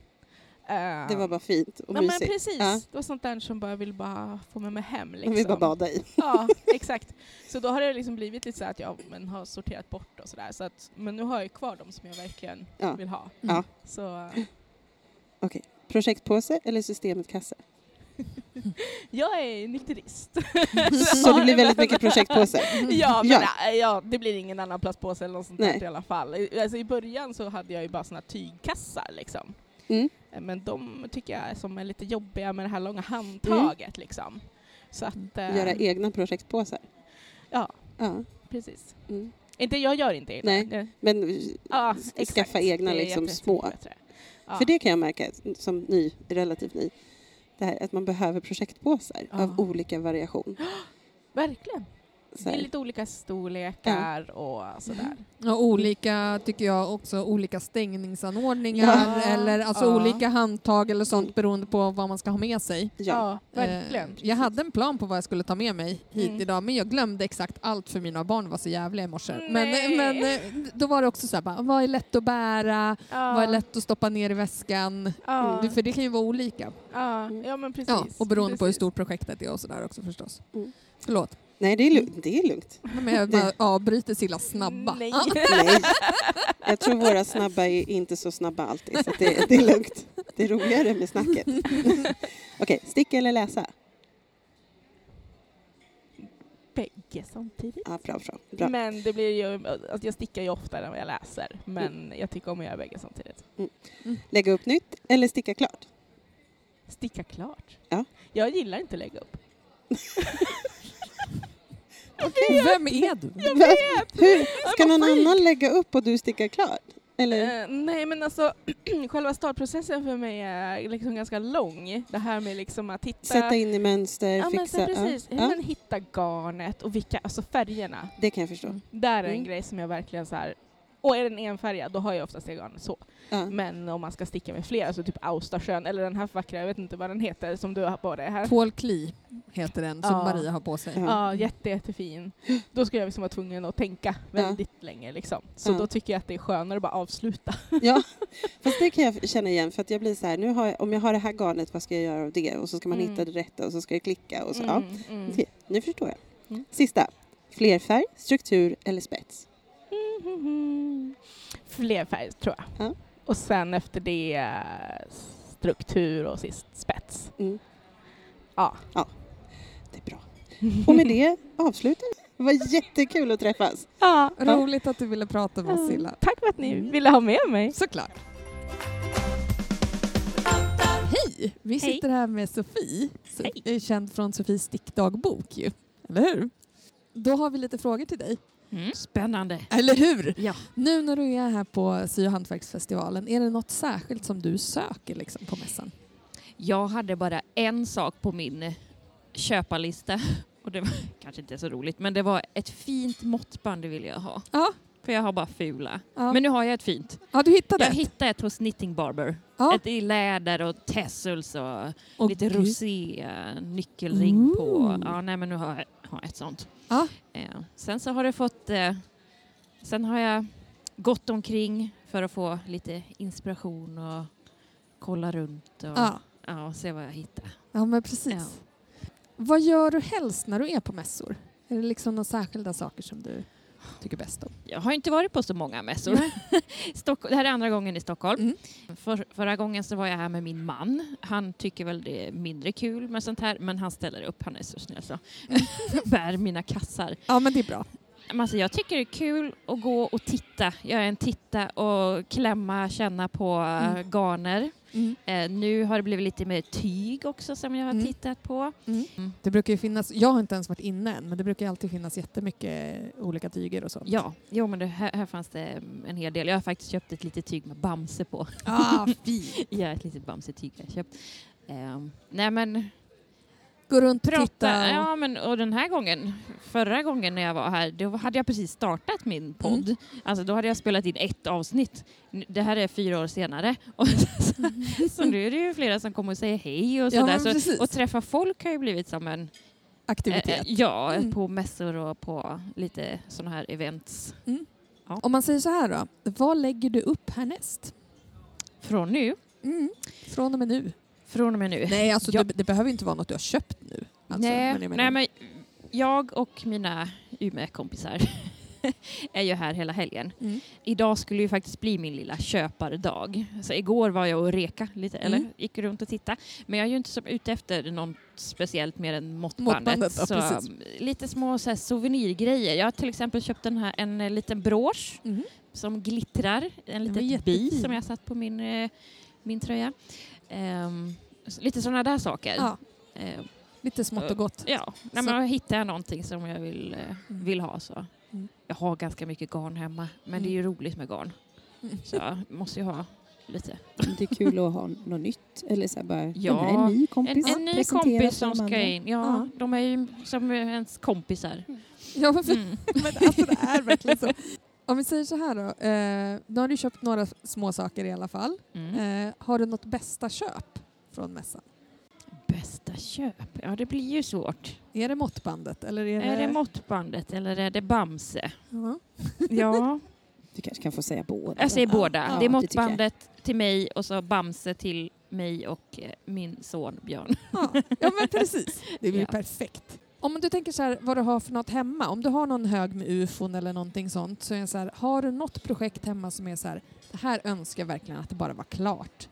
Eh,
Det var bara fint och
Ja men
mysigt.
precis,
Ja.
det var sånt där som bara jag ville bara få med mig hem.
Liksom.
Liksom.
Vi bara bada i.
Ja, exakt. Så då har det liksom blivit lite så att jag men, har sorterat bort och sådär. Så att- men nu har jag ju kvar dem som jag verkligen
Ja.
vill ha.
Ja.
Så,
Okej, Projektpåse eller systemet kasse?
Jag är nykterist.
Så det blir väldigt mycket projektpåse.
ja, men
Mm. Ja.
ja. ja, det blir ingen annan plastpåse eller något sånt
Nej.
där i alla fall. I- Alltså, I början så hade jag ju bara såna tygkassar liksom.
Mm.
Men de tycker jag är som är lite jobbiga med det här långa handtaget liksom. Så att... eh,
Göra e- egna projektpåsar.
Ja,
Ja.
precis.
Mm.
Inte, jag gör inte egna.
Nej.
Det- Eh,
Men
Ja,
s-
exakt.
skaffa egna
Det är
liksom
jätte-
små.
bättre. Ja.
För det kan jag märka som ny, relativt ny. Det här att man behöver projektpåsar
Ja.
av olika variation.
Verkligen.
Så
Det är
här.
lite olika storlekar och sådär.
Och olika, tycker jag också, olika stängningsanordningar
Ja. Mm.
eller alltså
Ja.
olika handtag eller sånt beroende på vad man ska ha med sig.
Ja.
Eh,
verkligen.
Jag hade en plan på vad jag skulle ta med mig hit
Mm.
idag men jag glömde exakt allt för mina barn var så jävliga i morse. Men,
Nej.
men eh, då var det också så här, bara, vad är lätt att bära,
Ja.
vad är lätt att stoppa ner i väskan?
Ja.
Det- För det kan ju vara olika.
Ja, ja men precis.
Ja, och beroende på hur
Precis.
stort projektet är och sådär också förstås.
Mm.
Förlåt,
Nej, det är, lu-
Mm.
det är lugnt.
men jag bara avbryter Silla snabba.
Nej.
Ah,
Nej. Jag tror våra snabba är inte så snabba alltid, så att det, det är lugnt. Det är roligare med snacket. Okej, sticka eller läsa?
Bägge samtidigt.
Ja, bra, bra. bra.
Men det blir ju, alltså jag stickar ju oftare än vad jag läser. Men jag tycker om att göra bägge samtidigt.
Lägga upp nytt eller sticka klart?
Sticka klart.
Ja.
Jag gillar inte lägga upp.
Vem är du?
Hur, ska någon annan lägga upp och du sticka klart? Eller?
Eh, nej men alltså själva startprocessen för mig är liksom ganska lång. Det här med liksom att hitta...
Sätta in i mönster,
ja, men,
fixa.
så precis.
Ja,
Ja,
ja,
Men hitta garnet och vilka, alltså färgerna.
det kan jag förstå.
Där är en
Mm.
grej som jag verkligen så här. Och är den enfärgad då har jag oftast det garnet så.
Ja.
Men om man ska sticka med flera, så typ Austersjön eller den här vackra, jag vet inte vad den heter, som du har på dig här.
Paul Klee heter den som
Ja.
Maria har på sig.
Ja.
Ja, jätte, jättefin. Då skulle jag liksom vara tvungen att tänka väldigt länge liksom. Så
Ja.
då tycker jag att det är skönare att bara avsluta.
Ja, fast det kan jag känna igen för att jag blir så här, nu har jag, om jag har det här garnet, vad ska jag göra av det? Och så ska man
Mm.
hitta det rätta och så ska det klicka och så. Ja,
Mm, mm.
okej, nu förstår jag.
Mm.
Sista, flerfärg, struktur eller spets?
Mm, mm. Fler färger tror jag.
Ja.
Och sen efter det eh, struktur och sist spets.
Mm.
Ja.
Det är bra. Och med det avslutar vi. Det var jättekul att träffas.
ja.
Roligt att du ville prata med oss Silla.
Tack för att ni
Mm.
ville ha med mig.
Såklart. Hej! Vi sitter här med Sofie, som är känd från Sofies stickdagbok ju. Eller hur? Då har vi lite frågor till dig.
Mm.
Spännande.
Eller hur?
Ja.
Nu när du är här på sy och hantverksfestivalen, är det något särskilt som du söker liksom, på mässan?
Jag hade bara en sak på min köparlista. Och det var kanske inte så roligt, men det var ett fint måttband det ville jag ha.
Ja.
För jag har bara fula.
Ja,
Men nu har jag ett fint.
ja du hittade
Jag
ett.
hittade ett hos Knitting Barber.
Ja.
Ett i läder och tassels och
Åh,
lite
gud.
rosé, eh, nyckelring på.
Ooh.
Ja, nej men nu har jag har jag ett sånt.
Mm. Ja.
Eh, sen så har det fått... Eh, sen har jag gått omkring för att få lite inspiration och kolla runt och,
Ja.
ja, och se vad jag hittar.
ja, men precis.
Ja.
Vad gör du helst när du är på mässor? Är det liksom några särskilda saker som du tycker bäst om?
Jag har inte varit på så många mässor. Stock- det här är andra gången i
Mm.
Stockholm. För, förra gången så var jag här med min man. Han tycker väl det är mindre kul med sånt här, men han ställer upp. Han är så snäll så. Bär mina kassar.
Ja, men det är bra.
Men Alltså, jag tycker det är kul att gå och titta. Jag är en titta och klämma, känna på eh, garner.
Mm.
Eh, nu har det blivit lite mer tyg också som jag har
Mm.
tittat på.
Det brukar ju finnas, jag har inte ens varit inne än, men det brukar ju alltid finnas jättemycket olika tyger och sånt.
Ja, jo, men det, här, här fanns det mm, en hel del. Jag har faktiskt köpt ett litet tyg med Bamse på.
Ah, fint!
Ja, ett litet Bamse-tyg jag har köpt. Ehm, nej men,
Gå runt och
prata.
titta. och-
Ja, men och den här gången, förra gången när jag var här, då hade jag precis startat min podd.
Mm.
Alltså då hade jag spelat in ett avsnitt. N- Det här är fyra år senare. Och så, så nu är det ju flera som kommer och säger hej och
Mm. Ja,
sådär.
men precis.
så, och träffa folk har ju blivit som en... eh, eh,
Aktivitet.
ja,
Mm.
på mässor och på lite sådana här events.
Om man säger så här då, vad lägger du upp härnäst?
Från nu,
Mm. Från och med nu.
från och med nu.
Nej, alltså
Eh, Ja.
det, det behöver ju inte vara något du har köpt nu. Alltså,
nej,
men jag menar-
nej, men jag och mina Umeå-kompisar är ju här hela helgen.
Mm.
Idag skulle ju faktiskt bli min lilla köpardag. Så igår var jag och reka lite, eller
Mm.
gick runt och tittade. Men jag är ju inte så ute efter något speciellt mer än måttbandet.
Måttbandet, ja,
så
precis.
mm, lite små så här, souvenirgrejer. Jag har till exempel köpt den här, en eh, liten brosch
Mhm.
som glittrar. En
var
liten bi
jättefin.
som jag satt på min, eh, min tröja. Ehm, s- lite sådana där saker.
Ja,
Ehm,
lite smått och gott.
Ja, Nej,
Så-
men hittar jag någonting som jag vill, eh, vill ha så.
Mm.
Jag har ganska mycket garn hemma, men
Mm.
det är ju roligt med garn.
Mm.
Så jag måste ju ha lite.
Det är kul att ha något nytt. Eller så här bara,
Ja,
ja, den här är en ny
En,
kompis.
en ny
Presentera
kompis
för
som
de
ska
andra.
in. Ja,
Ja.
de är ju som ens kompisar.
Ja, men,
Mm.
men alltså det är verkligen så. Om vi säger så här då. Eh, nu har du köpt några små saker i alla fall.
Mm.
Eh, har du något bästa köp från mässan?
Bästa köp? Ja, det blir ju svårt.
Är det måttbandet eller är det...
Är det måttbandet eller är det Bamse?
Ja.
Ja,
Du kanske kan få säga båda.
jag säger
Ja.
båda.
Ja,
det är
det tycker jag.
måttbandet till mig och så Bamse till mig och eh, min son Björn.
Ja. ja, men precis. Det blir
Ja.
perfekt. Om du tänker så här, vad du har för något hemma. Om du har någon hög med ufon eller någonting sånt så är jag så här, har du något projekt hemma som är så här, det här önskar jag verkligen att det bara var klart.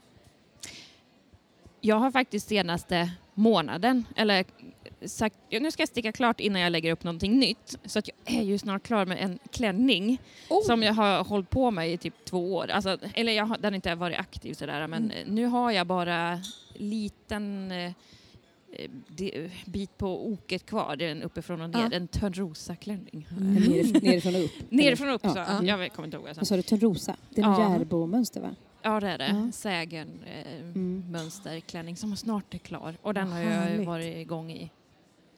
Jag har faktiskt senaste månaden, eller sagt, "Ja, nu ska jag sticka klart innan jag lägger upp någonting nytt. Så att jag är ju snart klar med en klänning
Oh,
som jag har hållit på med i typ två år. Alltså, eller jag har, den har inte varit aktiv sådär men
Mm.
eh, nu har jag bara liten eh, eh, de- bit på oket kvar, det är en uppifrån och ner,
Ja. Mm.
en törnrosa klänning.
Men nerif- Nerifrån och upp.
Nerifrån och upp
Ja.
så,
Ja.
jag kommer inte ihåg vad jag sa.
Vad sa du? Törnrosa? Det är en
Ja.
Järbo-mönster va?
Ja det är det.
Ja.
Sägen eh,
Mm.
mönsterklänning som snart är klar. Och den
Vad
har jag ju
härligt.
varit igång i,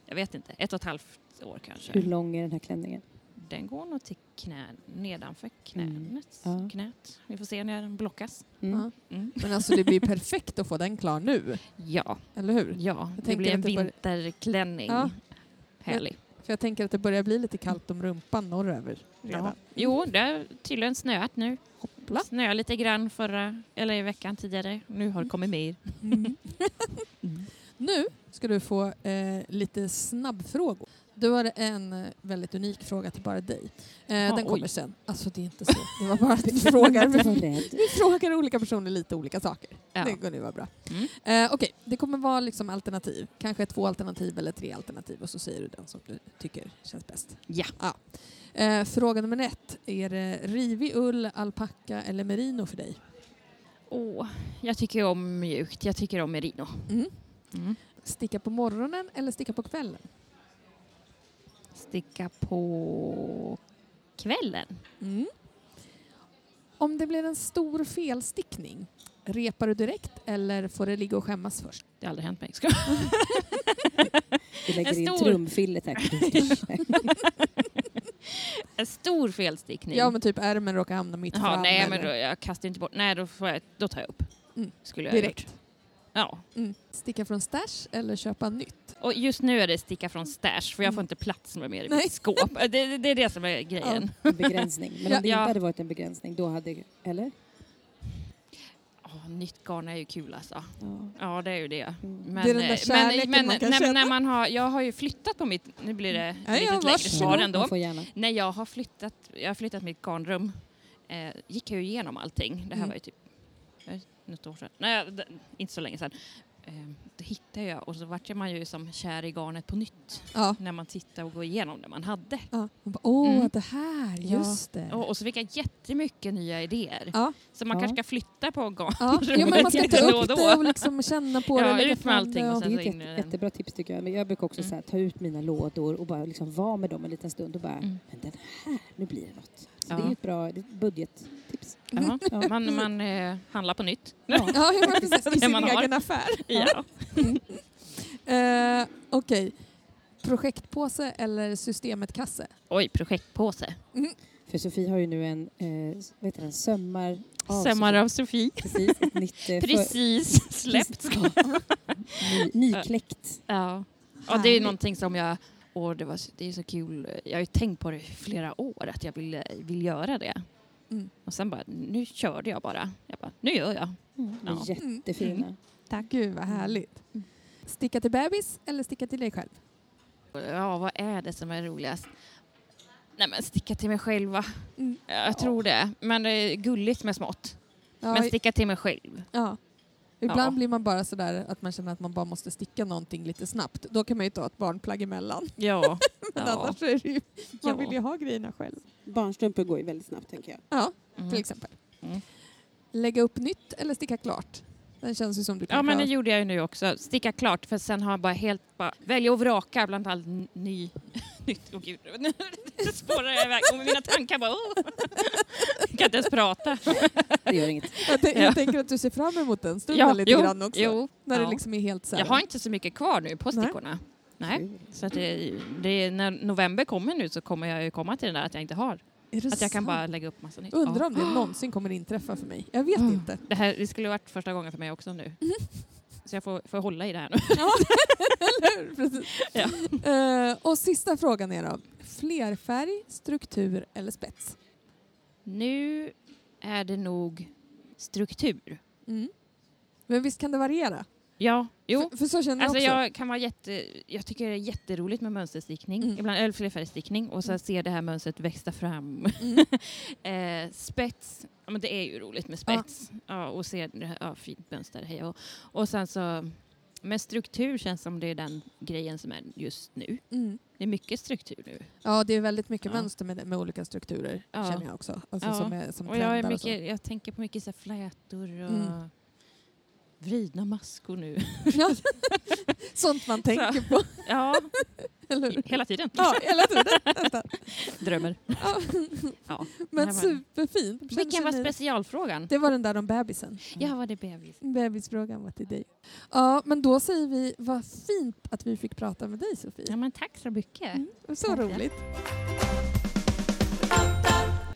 jag vet inte, ett och ett halvt år kanske.
Hur lång är den här klänningen?
Den går nog till knä, nedanför knänet.
Mm. Ja.
knät. Vi får se när den blockas.
Mm.
Ja.
Mm.
Men alltså det blir perfekt att få den klar nu,
Ja,
eller hur?
ja. det
tänker
blir en
att det bara-
vinterklänning.
Ja.
Härlig.
För jag tänker att det börjar bli lite kallt om rumpan norröver. redan.
Ja. Jo, det har tydligen snöat nu.
Hoppla.
Snöade lite grann förra, eller i veckan tidigare. Nu har det kommit mer.
Mm.
Mm.
nu ska du få eh, lite snabbfrågor. Du har en eh, väldigt unik fråga till bara dig. Eh,
Ja,
den kommer
oj.
sen. Alltså det är inte så. Det var bara att vi frågar,
Jag
vi
var rädd.
frågar olika personer lite olika saker.
Ja.
Det går nu vara bra.
Mm.
Eh, Okej, det kommer vara liksom alternativ. Kanske två alternativ eller tre alternativ och så säger du den som du tycker känns bäst.
Ja.
Eh, fråga nummer ett. Är det rivig ull, alpacka eller merino för dig?
Åh, jag tycker om mjukt. Jag tycker om merino.
Mm.
Mm.
Sticka på morgonen eller sticka på kvällen?
Sticka på kvällen.
Mm. Om det blir en stor felstickning, repar du direkt eller får det ligga och skämmas först?
Det har aldrig hänt mig. Ska jag?
Vi lägger
En
in
stor-
trumfillet här.
En stor felstickning.
Ja, men typ ärmen råkar hamna mitt
Jaha,
fram.
nej, men
eller-
då, jag kastar inte bort. Nej, då, får jag, då tar jag upp.
Mm.
Skulle jag ha gjort.
Direkt.
Ja.
Mm. Sticka från stash eller köpa nytt?
Och just nu är det sticka från stash för jag får inte plats med mer i
Mm. Nej.
mitt skåp. Det, det, det är det som är grejen.
En begränsning. Men
Ja,
om det inte
ja.
hade varit en begränsning, då hade... Eller?
Åh, nytt garn är ju kul alltså.
Ja.
Ja, det är ju det.
Mm.
Men,
Det är den där
eh,
kärleken
men,
man
men
kan
när,
känna. Mm.
när man har, jag har ju flyttat på mitt, nu blir det
Ja, ja,
lite längre
varsågod.
svar ändå.
Man får gärna.
När jag har flyttat, jag har flyttat mitt garnrum eh, gick jag ju igenom allting. Det här
Mm.
var ju typ eh, något år sedan. Nej, d- inte så länge sedan. Eh, då hittade jag och så vart jag- man ju som kär i garnet på nytt
Ja.
när man tittar och går igenom det man hade.
ja. Hon bara, Åh,
Mm.
det här,
Ja.
just det.
Och, och så fick jag jättemycket nya idéer.
Ja.
Så man
Ja.
kanske ska flytta på garn.
Ja. Jo, men man ska ta
Då och
upp
då.
det och liksom känna på
Ja,
det. lägga
ut med
fram
allting
det
och
Det
sen-
är
Alltså,
ett
in i
jätte,
den.
jättebra tips tycker jag. Men jag brukar också
Mm.
så här, ta ut mina lådor och bara liksom vara med dem en liten stund och bara,
Mm.
men den här, nu blir det något. Så
Ja.
det är ju ett bra det är ett budgettips.
Jaha.
Ja.
Man, man eh, handlar på nytt.
Ja, jo, men precis. I
Det
sin
man har.
egen affär.
Ja.
Eh, Okej. Projektpåse eller systemet-kasse?
Oj, projektpåse.
För Sofie har ju nu en, eh, vad heter den, sömmar av
Sömmar
Sofie.
av Sofie.
Precis, ett nytt... eh, för-
Precis släppt.
Ny, nykläckt.
Ja. ja, det är ju någonting som jag... Och det, var, det är så kul. Jag har ju tänkt på det i flera år att jag vill, eh, vill göra det.
Mm.
Och sen bara, nu körde jag bara. Jag bara, nu gör jag.
Mm. de är
Ja.
Jättefina.
Mm. Tack. Gud
Mm.
vad härligt. Sticka till bebis eller sticka till dig själv?
Ja, vad är det som är roligast? Nej men sticka till mig själva.
Mm.
Jag tror det. Men det är gulligt med smått.
Ja,
Men sticka till mig själv.
ja. Ibland
Ja.
blir man bara sådär att man känner att man bara måste sticka någonting lite snabbt. Då kan man ju ta ett barnplagg emellan.
Ja.
Men
Ja.
annars är det ju, man
Ja.
vill ju ha grejerna själv.
Barnstrumpor går ju väldigt snabbt tänker jag.
Ja, till
Mm.
exempel.
Mm.
Lägga upp nytt eller sticka klart? Den känns ju som du kan
ja men det
klara.
gjorde jag ju nu också. Sticka klart för sen har jag bara helt bara välja och vraka bland allt n- ny... Nytt. Åh gud, nu spårar jag iväg. Och mina tankar bara... Oh. Jag kan inte ens prata.
Det gör inget.
jag, tän-
Ja.
jag tänker att du ser fram emot den stunden lite
jo,
grann också.
Jo,
När
ja.
det liksom är helt så här.
Jag har inte så mycket kvar nu på
Nej.
stickorna. Nej. Så att det, det, när november kommer nu så kommer jag ju komma till den där att jag inte har.
Är det
Att jag kan
sant?
bara lägga upp massa nytt.
Undrar
Ja.
om det någonsin kommer inträffa för mig. Jag vet
Ah.
inte.
Det, här, det skulle varit första gången för mig också nu.
Mhm.
Så jag får, får hålla i det här nu.
Eller hur? Precis.
Ja.
Eh, och sista frågan är då. Flerfärg, struktur eller spets?
Nu är det nog struktur.
Mm. Men visst kan det variera?
Ja, jo.
För, för så känner
Alltså
jag också.
jag, kan vara jätte, jag tycker det är jätteroligt med mönsterstickning,
Mm.
ibland eller flerfärgstickning och så ser det här mönstret växa fram.
Mm.
eh, spets, ja, men det är ju roligt med spets ja, och se det här, ja, fint mönster. Hej och, och sen så, men struktur känns som det är den grejen som är just nu.
Mm.
Det är mycket struktur nu.
Ja, det är väldigt mycket
Ja.
mönster med, med olika strukturer
Ja.
känner jag också. Alltså,
Ja.
som är, som
Och jag, är
trendar och så.
mycket, jag tänker på mycket så här flätor och
Mm.
vridna maskor nu.
Ja. Sånt man tänker på.
ja,
Eller hur?
hela tiden.
Ja, hela tiden. Nästan.
Drömmer.
Ja.
Ja.
Men
Det här var-
superfint.
Vilken var
Känner ni-
specialfrågan?
Det var den där om bebisen.
Ja, var det bebis?
Bebisfrågan var till dig. Ja, men då säger vi vad fint att vi fick prata med dig Sofie.
Ja, men tack så mycket.
Så
tack.
roligt.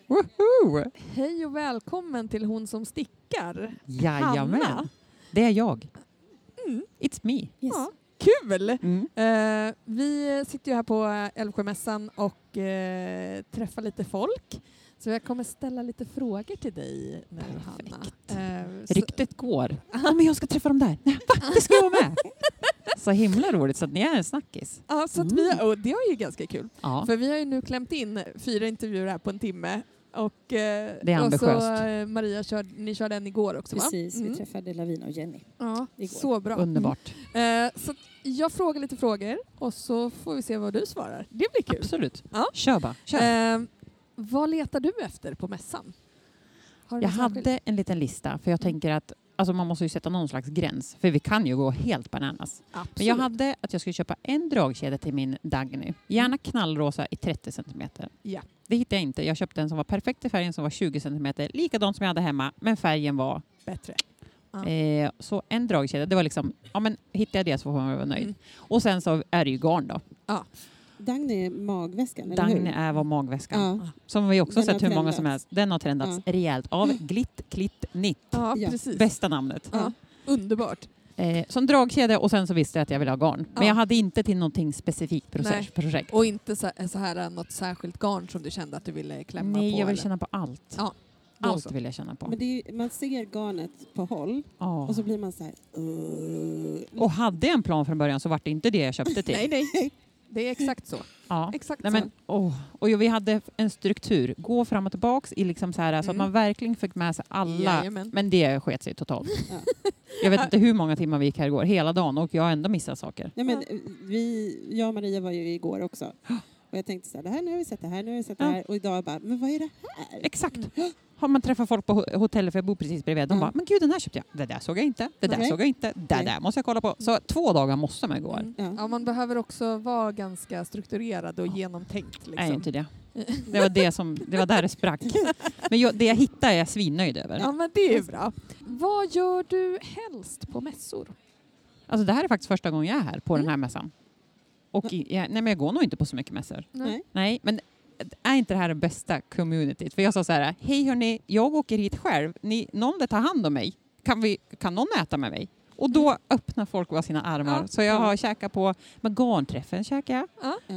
Woho! Hej och välkommen till Hon som stickar. Hanna.
Jajamän. Det är jag.
Mm.
It's me.
Ja, kul!
Mm.
Eh, vi sitter ju här på eh, Älvsjömässan och eh, träffar lite folk. Så jag kommer ställa lite frågor till dig nu, Hanna. Eh, så-
Ryktet går. Ja, men jag ska träffa dem där. Nej, va? Det ska jag vara med. Så himla roligt så att ni är en snackis.
Ja, så att vi, och det är ju ganska kul.
Ja.
För vi har ju nu klämt in fyra intervjuer här på en timme. Och, eh,
Det är
och så,
ambitiöst.
eh, Maria, kör, ni körde en igår också
Precis,
va? Mm.
vi träffade Lavina och Jenny.
Ja,
igår.
så bra.
Underbart.
Eh, så att jag frågar lite frågor och så får vi se vad du svarar. Det blir kul.
Absolut.
Ja.
Kör bara. Kör.
Eh, vad letar du efter på mässan? Har du
Jag
något särskilt?
hade en liten lista för jag tänker att alltså man måste ju sätta någon slags gräns för vi kan ju gå helt bananas.
Absolut.
Men jag hade att jag skulle köpa en dragkedja till min Dagny. Gärna knallrosa i 30 centimeter.
Ja.
Det hittade jag inte. Jag köpte en som var perfekt i färgen som var 20 centimeter. Likadan som jag hade hemma men färgen var
Bättre. Ja.
Eh, så en dragkedja, det var liksom, ja men hittar jag det så får man vara nöjd.
Mm.
Och sen så är det ju garn då.
Dagny är magväskan, eller hur?
Dagny är vår magväska.
Ja.
Som vi också
Den har
sett hur många
trendats.
som helst. Den har trendats rejält av Glitt, Klitt, Nitt.
Ja,
Ja.
Mm. precis.
Bästa namnet.
Ja. Underbart.
Eh, så en dragkedja och sen så visste jag att jag ville ha garn.
Ja.
Men jag hade inte till någonting specifikt
Nej.
projekt. projekt.
Och inte så, så här eh, något särskilt garn som du kände att du ville klämma på?
Nej, jag vill
eller?
känna på allt.
Ja. Då
Allt
så.
vill jag känna på.
Men det är, ju- man ser garnet på håll
Ja.
och så blir man så här... "Ugh."
Och hade jag en plan från början så var det inte det jag köpte till.
Nej, nej. Det är exakt så.
Ja.
Exakt
Nej,
så.
men, åh. Och ju, vi hade en struktur, gå fram och tillbaks i liksom så, här, så att
Mm.
man verkligen fick med sig alla.
Jajamän.
Men det sket sig totalt.
Ja.
Jag vet inte hur många timmar vi gick här igår, hela dagen, och jag har ändå missat saker.
Ja, men, eh, vi, jag och Maria var ju igår också. Och jag tänkte så här, det här nu har vi sett, det här nu har vi sett, det
Ja.
här. Och idag bara, men vad är det här?
Exakt.
Mm.
Har man träffat folk på ho- hotellet, för jag bor precis bredvid, de
Mm.
bara “men gud, den här köpte jag, det där såg jag inte, det där
Nej.
såg jag inte, det
Nej.
där måste jag kolla på”. Så två dagar måste man gå. Mm.
Mm.
Ja.
Ja, man behöver också vara ganska strukturerad och genomtänkt.
Nej,
Liksom.
inte det. Det var, det, som, det var där det sprack. Men jag, det jag hittade är jag svinnöjd över.
Ja, men det är ju bra. Vad gör du helst på mässor?
Alltså det här är faktiskt första gången jag är här på
Mm.
den här mässan. Och i, jag, nej men jag går nog inte på så mycket mässor.
Nej.
Nej, men är inte det här det bästa communityt? För jag sa så här, hej hörni, jag åker hit själv. Ni, någon där tar hand om mig. Kan, vi, kan någon äta med mig? Och
Mm.
då öppnar folk bara sina armar.
Ja.
Så jag har käkat på, med garnträffen käkar jag.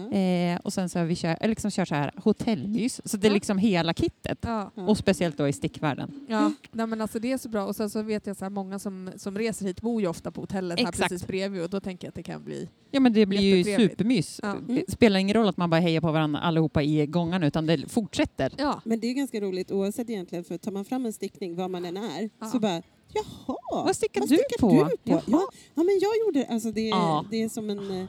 Ja.
Eh, och sen så har vi kör, eller liksom kör så här hotellmys. Så det är
Ja.
liksom hela kittet.
Ja.
Och speciellt då i stickvärlden.
Ja, nej, men alltså det är så bra. Och sen så vet jag så här, många som, som reser hit bor ju ofta på hotellet här
Exakt.
precis bredvid och då tänker jag att det kan bli...
Ja men det blir ju
Jättetrevligt.
supermys.
Ja.
Mm.
Det spelar ingen roll att man bara hejar på varandra allihopa i gången utan det fortsätter.
Men det är ganska roligt oavsett egentligen för tar man fram en stickning var man än är så bara jaha,
Vad stickar du på?
du på? Ja, ja, men jag gjorde alltså det. Är,
Ja.
Det är som en eh,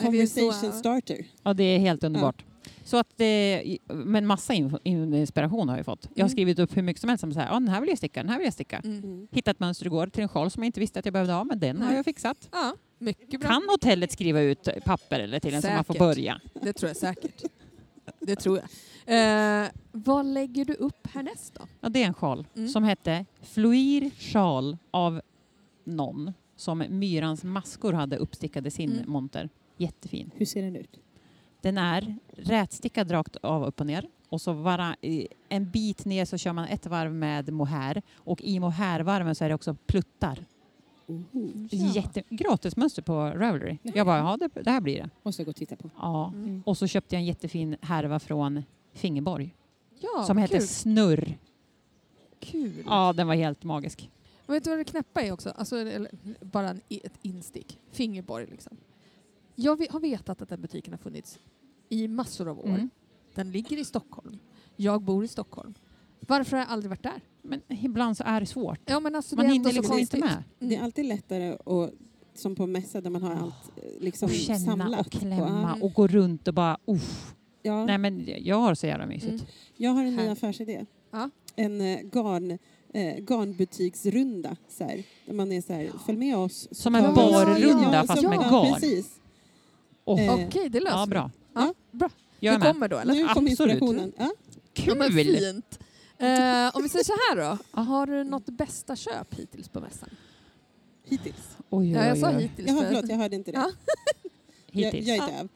Nej, vi är så-
conversation starter.
Ja, det är helt underbart. Så att, eh, men massa info- inspiration har jag fått. Jag har
Mm.
skrivit upp hur mycket som helst. Som så här, ah, den här vill jag sticka, den här vill jag sticka.
Mm.
Hittat mönster igår till en sjal som jag inte visste att jag behövde ha, men den har
Nej.
jag fixat.
Ja, mycket bra.
Kan hotellet skriva ut papper eller till en så man får
Säkert.
börja?
Det tror jag säkert. Det tror jag. Eh, vad lägger du upp härnäst då?
Ja, det är en sjal som hette Fluir sjal av någon som Myrans maskor hade uppstickade sin
Mm.
monter. Jättefin.
Hur ser den ut?
Den är rätstickad rakt av upp och ner och så vara, i- en bit ner så kör man ett varv med mohair och i mohairvarven så är det också pluttar. Jätte, gratismönster på Ravelry. Jag bara, ja det, det här blir det.
Måste jag gå och titta på.
Ja.
Mm.
Och så köpte jag en jättefin härva från Fingerborg
Ja,
som
vad
heter
kul.
Snurr.
Kul.
Ja, den var helt magisk.
Och Vet du vad det knäppa är också? Alltså, eller, bara en, ett instick. Fingerborg liksom. Jag ve- har vetat att den butiken har funnits i massor av år.
Mm.
Den ligger i Stockholm. Jag bor i Stockholm. Varför har jag aldrig varit där?
Men ibland så är det svårt.
Ja, men alltså,
Man
det är
hinner
ändå så
liksom inte
konstigt.
med.
Det är alltid lättare att som på mässa där man har allt eh, liksom
och känna
samlat.
och klämma
ja.
och gå runt och bara uff.
Ja.
Nej men jag har så jävla mysigt.
Mm. Jag har en ny
Här.
affärsidé. En eh, garn, eh, garnbutiksrunda. Så här, där man är så här, följ med oss.
Som
Så
en
tar vi oss
barrunda,
igenom-
fast
som-
med
ja,
garn.
Precis.
Åh.
Eh,
Okej, det löser
Ja,
vi.
bra.
Ja, bra.
Jag är
det
med.
kommer då eller?
Nu kom inspirationen. Ja.
Ja, men
Kul!
fint. Eh, om vi säger så här då. Har du något bästa köp hittills på mässan?
Hittills?
Oj,
ja, jag
oj,
sa
oj.
hittills.
Jaha,
för-
förlåt, jag hörde inte det.
Ja.
Hittills.
Jag, jag är döv.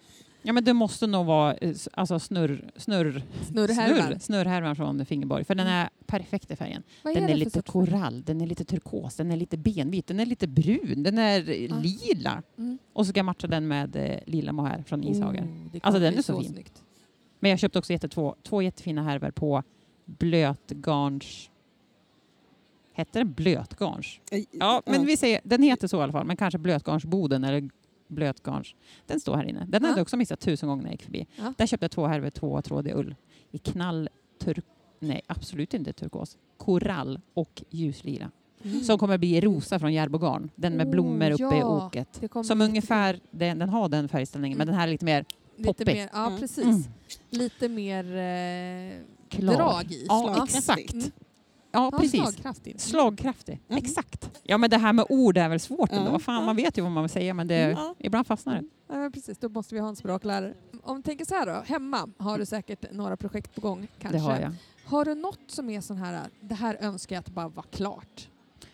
Ja men det måste nog vara eh, s- alltså snurr, snurr,
Snurrhärvan.
snurr, snurrhärvan från Fingerborg för den är perfekt i färgen.
Vad är
den
det
är
för
lite
sorts
korall, den är lite turkos, den är lite benvit, den är lite brun, den är eh,
Ah.
lila.
Mm.
Och så ska jag matcha den med eh, lila mohair från Ishagar.
Oh, det
alltså
kommer
den
bli
är så, fin.
Snyggt.
Men jag köpte också jätte två, två jättefina härvor på blötgarns... Hette den blötgarns?
Ej,
Ja, men
ja.
vi säger, den heter så i alla fall, men kanske blötgarnsboden eller blötgarns. Den står här inne. Den hade jag också missat tusen gånger när jag gick förbi.
Ja.
Där köpte jag två härvor, två trådig ull i knall tur... Nej, absolut inte turkos. Korall och ljuslila.
Mm.
Som kommer bli rosa från Järbogarn. Den med
Oh,
blommor uppe i
ja.
oket.
Det kommer
Som
bli
ungefär, den, den har den färgställningen, men den här är lite mer
Lite
poppig.
mer, ja,
Ja.
precis.
Mm.
Lite mer eh,
Klar.
drag i.
Ja,
slagkraftigt.
exakt.
Mm.
Ja,
Ja,
precis.
slagkraftig.
Slagkraftig,
Mm.
exakt. Ja, men det här med ord är väl svårt ändå.
Ja.
Fan, man vet ju vad man vill säga, men det,
Mm. Ja. Mm,
ibland fastnar det.
Ja, men precis. Då måste vi ha en språklärare. Om vi tänker så här då, hemma har du säkert några projekt på gång. Kanske.
Det har jag.
Har du något som är sån här, det här önskar jag att det bara var klart?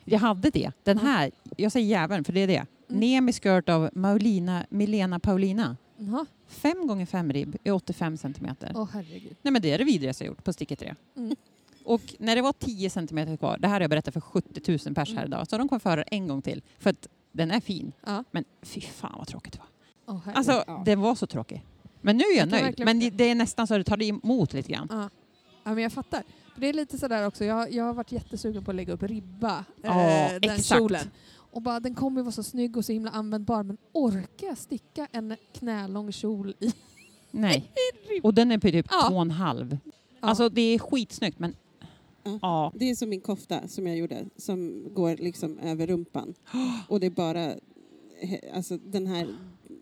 Jag hade det. Den här, jag säger jäveln, för det är det.
Mm.
Nemi skirt av Maulina, Milena Paulina.
Jaha.
5 gånger 5 ribb i 85 centimeter.
Åh herregud.
Nej, men det är det vidrigaste jag gjort på sticket 3.
Mm.
Och när det var 10 centimeter kvar, det här har jag berättat för 70 000 pers här idag, så de kom före en gång till för att den är fin.
Mm. Ja.
Men fy fan vad tråkigt det var.
Åh, herregud.
Alltså,
ja.
den var så tråkig. Men nu är jag
Jag kan
nöjd.
verkligen-
Men det- det är nästan så det tar emot lite grann.
Ja. ja, men jag fattar. För det är lite sådär också, jag, jag har varit jättesugen på att lägga upp ribba, eh,
Ja,
den
exakt.
kjolen. Och bara, den kommer ju vara så snygg och så himla användbar, men orkar jag sticka en knälång kjol i?
Nej. Och den är på typ
Ja.
två och en halv. Alltså det är skitsnyggt men ja.
Det är som min kofta som jag gjorde som går liksom över rumpan. Och det är bara, he- alltså den här,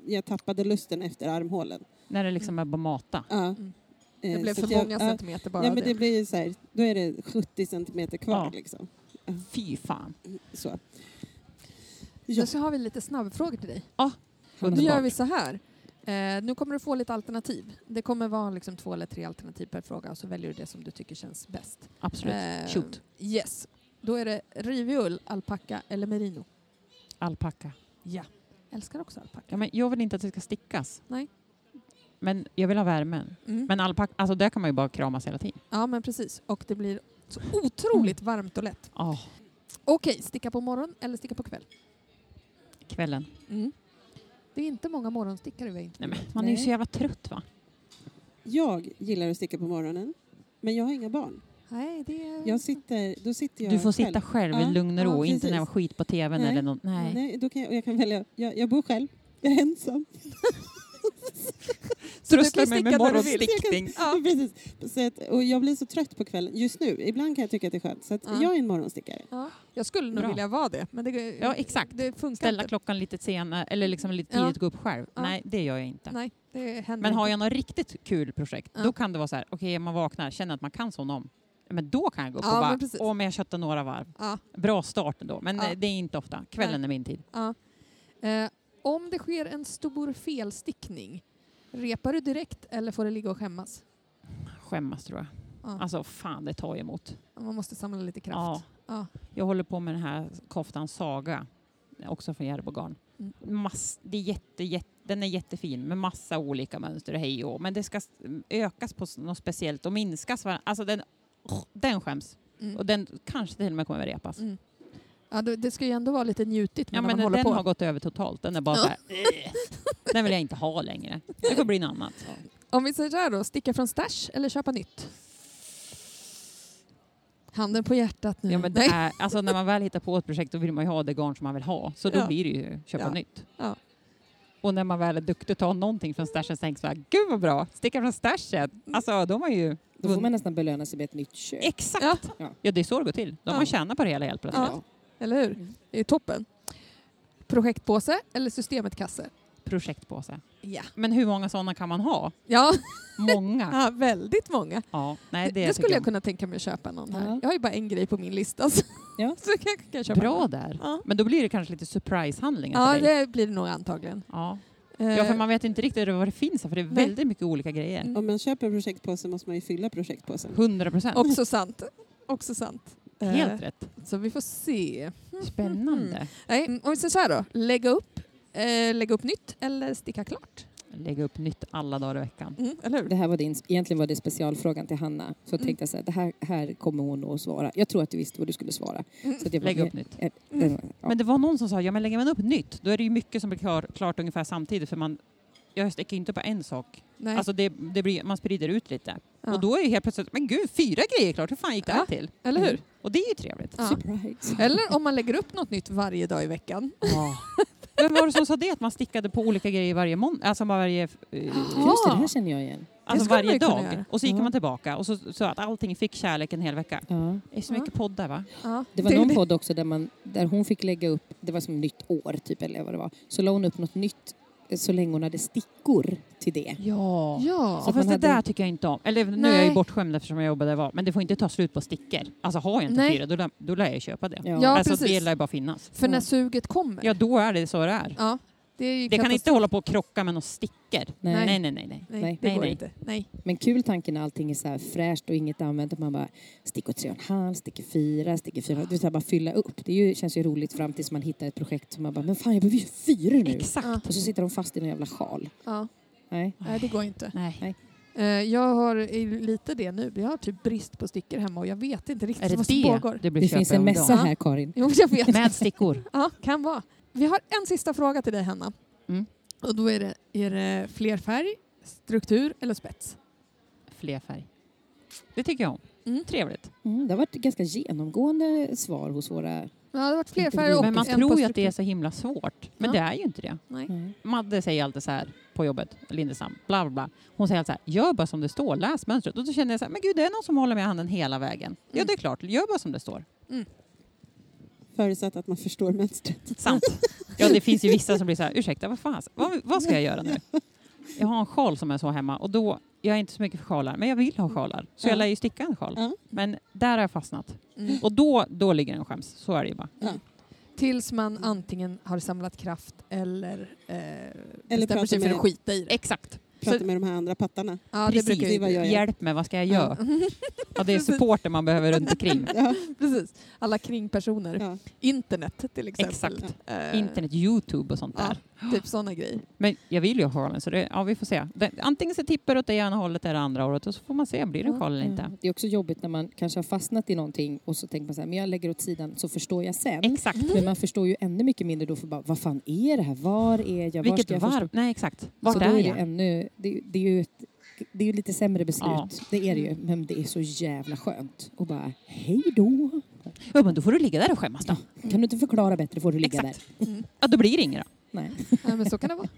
jag tappade lusten efter armhålen.
när det liksom är bara mata.
Ja.
Mm. Det
Eh,
blev
så
för
att jag-
många
ja.
centimeter bara
Ja,
av
men
det.
det blir ju så här, då är det 70 centimeter kvar
Ja.
liksom.
Fy fan.
Så.
Men så har vi lite snabbfrågor till dig.
Ja,
Nu
underbart.
gör vi så här. Eh, nu kommer du få lite alternativ. Det kommer vara liksom två eller tre alternativ per fråga och så väljer du det som du tycker känns bäst. Eh,
Absolut. Shoot.
Yes. Då är det rivig ull, alpacka eller merino.
Alpacka.
Ja. Älskar också alpacka.
Ja, men jag vill inte att det ska stickas.
Nej.
Men jag vill ha värmen.
Mm.
Men alpacka, alltså där kan man ju bara kramas hela tiden.
Ja, men precis. Och det blir så otroligt varmt och lätt.
Ja.
Okej, sticka på morgon eller sticka på kväll?
kvällen.
Mm. Det är inte många morgonstickare vi har intervjuat.
Man är ju så jävla trött va?
Jag gillar att sticka på morgonen, men jag har inga barn.
Nej, det är...
Jag sitter, då sitter jag
Du får sitta själv i
Ja,
lugn och
ja,
ro, inte
precis.
när jag skit på tvn
Nej.
eller något. Nej.
Nej, då kan jag, och jag kan välja. Jag, jag bor själv. Jag är ensam.
Så du kan sticka när du vill.
Ja, precis. Så att, och jag blir så trött på kvällen just nu. Ibland kan jag tycka att det är skönt. Så att
Ja.
jag är en morgonstickare.
Ja. Jag skulle nog
Bra.
vilja vara det. Men det
Ja, exakt.
Det funkar
Ställa
inte.
klockan lite senare eller liksom lite
Ja.
tidigt gå upp själv.
Ja.
Nej, det gör jag inte.
Nej, det händer
Men har
inte.
jag något riktigt kul projekt,
Ja.
då kan det vara så här, okej man vaknar, känner att man kan sån om. Men då kan jag gå upp
Ja,
och
men
bara,
precis.
åh men jag köttar några varv.
Ja.
Bra start ändå, men
Ja.
eh, det är inte ofta. Kvällen är min tid.
Ja. Eh, om det sker en stor felstickning, repar du direkt eller får det ligga och skämmas?
Skämmas tror jag.
Ja.
Alltså fan, det tar ju emot.
Man måste samla lite kraft. Ja.
Jag håller på med den här koftan Saga, också från Järbogarn.
Mm.
Mass, det är jätte, jätte, den är jättefin med massa olika mönster och hej och Men det ska s- ökas på s- något speciellt och minskas. var- Alltså den, den skäms.
Mm.
Och den kanske till och med kommer att repas.
Mm. Ja, det, det ska ju ändå vara lite njutigt medan
Ja,
man
men
håller
den
på.
har gått över totalt. Den är bara
Ja.
så här, "Eh, den vill jag inte ha längre. Det får bli något annat.
Om vi säger så här då, sticka från stash eller köpa nytt? Handen på hjärtat nu.
Ja, men det är, alltså, när man väl hittar på ett projekt då vill man ju ha det garn som man vill ha. Så då
Ja.
blir det ju köpa
Ja.
nytt.
Ja.
Och när man väl är duktig att ta någonting från stashen så tänker man gud vad bra, sticka från stashen.
Mm.
Alltså de har ju...
Då får man nästan belöna sig med ett nytt köp.
Exakt! Ja. det är så det går till. De
Ja.
har tjänat på det hela helt plötsligt.
Ja, eller hur? Det är ju toppen. Projektpåse eller systemetkasse?
Projektpåse.
Ja.
Men hur många sådana kan man ha?
Ja.
Många.
Ja, väldigt många.
Ja, nej,
Då
det tycker
skulle jag
om.
kunna tänka mig att köpa någon här. Jag har ju bara en grej på min lista. Så, så jag kanske kan köpa
Bra
någon.
där.
Ja,
Men då blir det kanske lite surprise-handlingar
ja
för dig.
det blir det nog antagligen.
Ja.
Eh,
ja, för man vet inte riktigt vad det finns här, för det är
Nej. Mm.
väldigt mycket olika grejer.
Om man köper en projektpåse måste man ju fylla projektpåsen.
100 procent.
Eh, Också sant. Också sant.
Helt
Eh,
rätt.
Så vi får se.
Spännande.
Nej, om vi säger så här då. Lägga upp, eh, lägga upp nytt eller sticka klart? Mm,
Lägga upp nytt alla dagar i veckan.
Det här var din, egentligen var det specialfrågan till Hanna. Så tänkte jag så här, det här, här kommer hon att svara. Jag tror att du visste vad du skulle svara.
Mm.
Så att jag
Lägg upp nytt. Mm.
Eh, eh, ja.
Men det var någon som sa, ja men lägger man upp nytt, då är det ju mycket som blir klar, klart ungefär samtidigt för man, jag sticker ju inte på en sak.
Nej.
Alltså det, det blir, man sprider ut lite.
Ja.
Och då är ju helt plötsligt, men gud, fyra grejer klart, hur fan gick det här till?
eller hur?
Och det är ju trevligt.
Ja. Eller om man lägger upp något nytt varje dag i veckan.
Vem var det som sa det, att man stickade på olika grejer varje måndag? Alltså bara varje... eh,
Just det, det här känner jag igen.
Alltså
skulle man
varje
ju kunna
dag.
göra.
Och så gick
Ja.
man tillbaka och så så att allting fick kärlek en hel vecka. Det är så
Ja.
mycket poddar va?
Ja.
Det var någon podd också där, man, där hon fick lägga upp, det var som nytt år typ eller vad det var, så la hon upp något nytt eh, så länge hon hade stickor till det.
Ja,
ja.
fast det där tycker jag inte om. Eller nu är jag
Nej.
ju bortskämd eftersom jag jobbar där jag var. Men det får inte ta slut på stickor. Alltså har jag inte
Nej.
fyra då, lär- då lär jag köpa det.
Ja. Ja,
alltså
precis.
det lär ju bara finnas.
För när suget kommer.
Ja då är det så det är.
Ja, det är ju
Det kan
katastrof.
inte hålla på och krocka med några stickor.
Nej.
Nej, nej, nej. nej.
Nej, det går inte. Nej.
Men kul tanken när allting är så här fräscht och inget använt. Att man bara sticker tre och en halv, sticker fyra, sticker fyra. Det vill säga bara fylla upp. Det är ju, känns ju roligt fram tills man hittar ett projekt som man bara, men fan jag behöver ju fyra nu.
Exakt.
Och så sitter de fast i någon jävla sjal.
Ja.
Nej.
Nej, det går inte.
Nej.
Eh, Jag har eh, lite det nu. Jag har typ brist på stickor hemma och jag vet inte riktigt
Är det
vad som
det?
pågår.
Det blir Det finns köpa en om mässa dagen. här, Karin.
Jo, jag vet.
Med stickor.
ja, kan vara. Vi har en sista fråga till dig, Hanna.
Mm.
Och då är det, är det fler färg, struktur eller spets?
Fler färg. Det tycker jag om. Trevligt.
Mm, det har varit ganska genomgående svar hos våra...
Ja, det har varit fler
färger och
Men man
en
tror ju
positiv-
att det är så himla svårt. Men
Ja.
det är ju inte det.
Nej.
Madde säger alltid så här på jobbet, Lindestam, bla bla bla. Hon säger alltid så här, gör bara som det står, läs mönstret. Och då känner jag så här, men gud det är någon som håller med i handen hela vägen. Ja det är klart, gör bara som det står.
Förutsatt att man förstår mönstret.
Sant. Ja det finns ju vissa som blir så här, ursäkta vad fan, vad, vad ska jag göra nu? Jag har en sjal som jag så hemma och då, jag är inte så mycket för sjalar, men jag vill ha sjalar. Så
Ja.
jag lär ju sticka en sjal.
Ja.
Men där har jag fastnat.
Mm.
Och då, då ligger en skäms, så är det ju bara.
Tills man antingen har samlat kraft eller, eh,
Eller
bestämmer sig för att skita i det.
Exakt.
Prata med de här andra pattarna.
Ja, det brukar
är vad jag gör.
Hjälp mig, vad ska jag göra? Ja, det är supporten man behöver runt omkring.
Precis. Alla kringpersoner. Internet till exempel.
Exakt.
Eh,
Internet, Youtube och sånt där.
Typ sådana grejer.
Men jag vill ju ha Harlan, så det, ja, vi får se. Det, antingen så tippar det åt det ena hållet eller andra hållet och så får man se, blir det en Karl eller inte.
Det är också jobbigt när man kanske har fastnat i någonting och så tänker man så här, men jag lägger åt sidan så förstår jag sen.
Exakt.
Men man förstår ju ännu mycket mindre då för bara, vad fan är det här? Var är jag? var
Vilket
ska jag
varv?
förstå?
Nej, exakt. Vart
så då
är
är det
jag?
Ännu, det, det är ju ett, det är ju lite sämre beslut.
Ja.
Det är det ju. Men det är så jävla skönt och bara, hej då.
Ja, men då får du ligga där och skämmas då.
Kan du inte förklara bättre får du ligga
Exakt. Mm.
där.
Ja, då blir det inget då. Mm.
Nej.
Ja, men så kan det vara.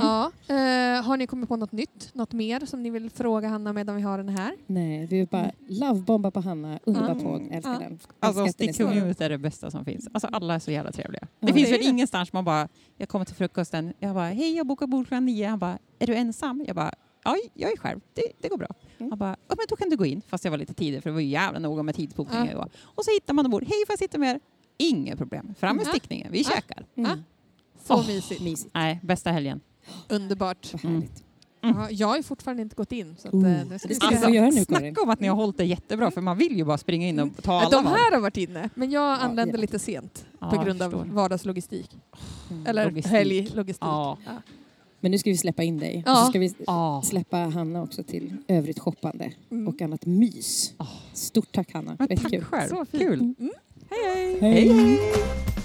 Ja, eh, har ni kommit på något nytt, något mer som ni vill fråga Hanna medan vi har den här?
Nej, vi vill bara lovebomba på Hanna. Underbar
Ja.
podd. Älskar
Ja.
den.
Alltså
Älskar att den är
stick to
så-
Mute är det bästa som finns. Alltså alla är så jävla trevliga.
Ja,
Det finns
det
väl ingenstans man bara, jag kommer till frukosten, jag bara, hej jag bokar bord klockan nio. Han bara, är du ensam? Jag bara, ja jag är själv, det, det går bra.
Mm.
Han bara, ja men då kan du gå in. Fast jag var lite tidig för det var ju jävla noga med tidsbokningen.
Ja.
då. Och så hittar man en bord, hej får jag sitta med er? Inga problem, fram med
Ja.
stickningen, vi
Mm. Ja.
käkar.
Ja. Så
Åh,
mysigt.
Nej, bästa helgen.
Underbart. Ja, jag har ju fortfarande inte gått in. Så att,
Mm.
Oh.
eh, nu ska vi se.
Alltså, snacka om att ni har hållit det jättebra för man vill ju bara springa in och ta alla
Mm. De
val.
här har varit inne, men jag anlände
jävlar.
lite sent
Ja,
på
jag
grund av
förstår. Mm.
vardagslogistik. Eller
Logistik.
helglogistik.
Ja.
Ja.
Men nu ska vi släppa in dig.
Ja.
Och så ska vi släppa Hanna också till övrigt shoppande
Mm.
och annat
Ah.
mys. Stort tack Hanna.
Men
Rätt
tack
kul.
själv.
Så fint.
Kul.
Hej.
Hej.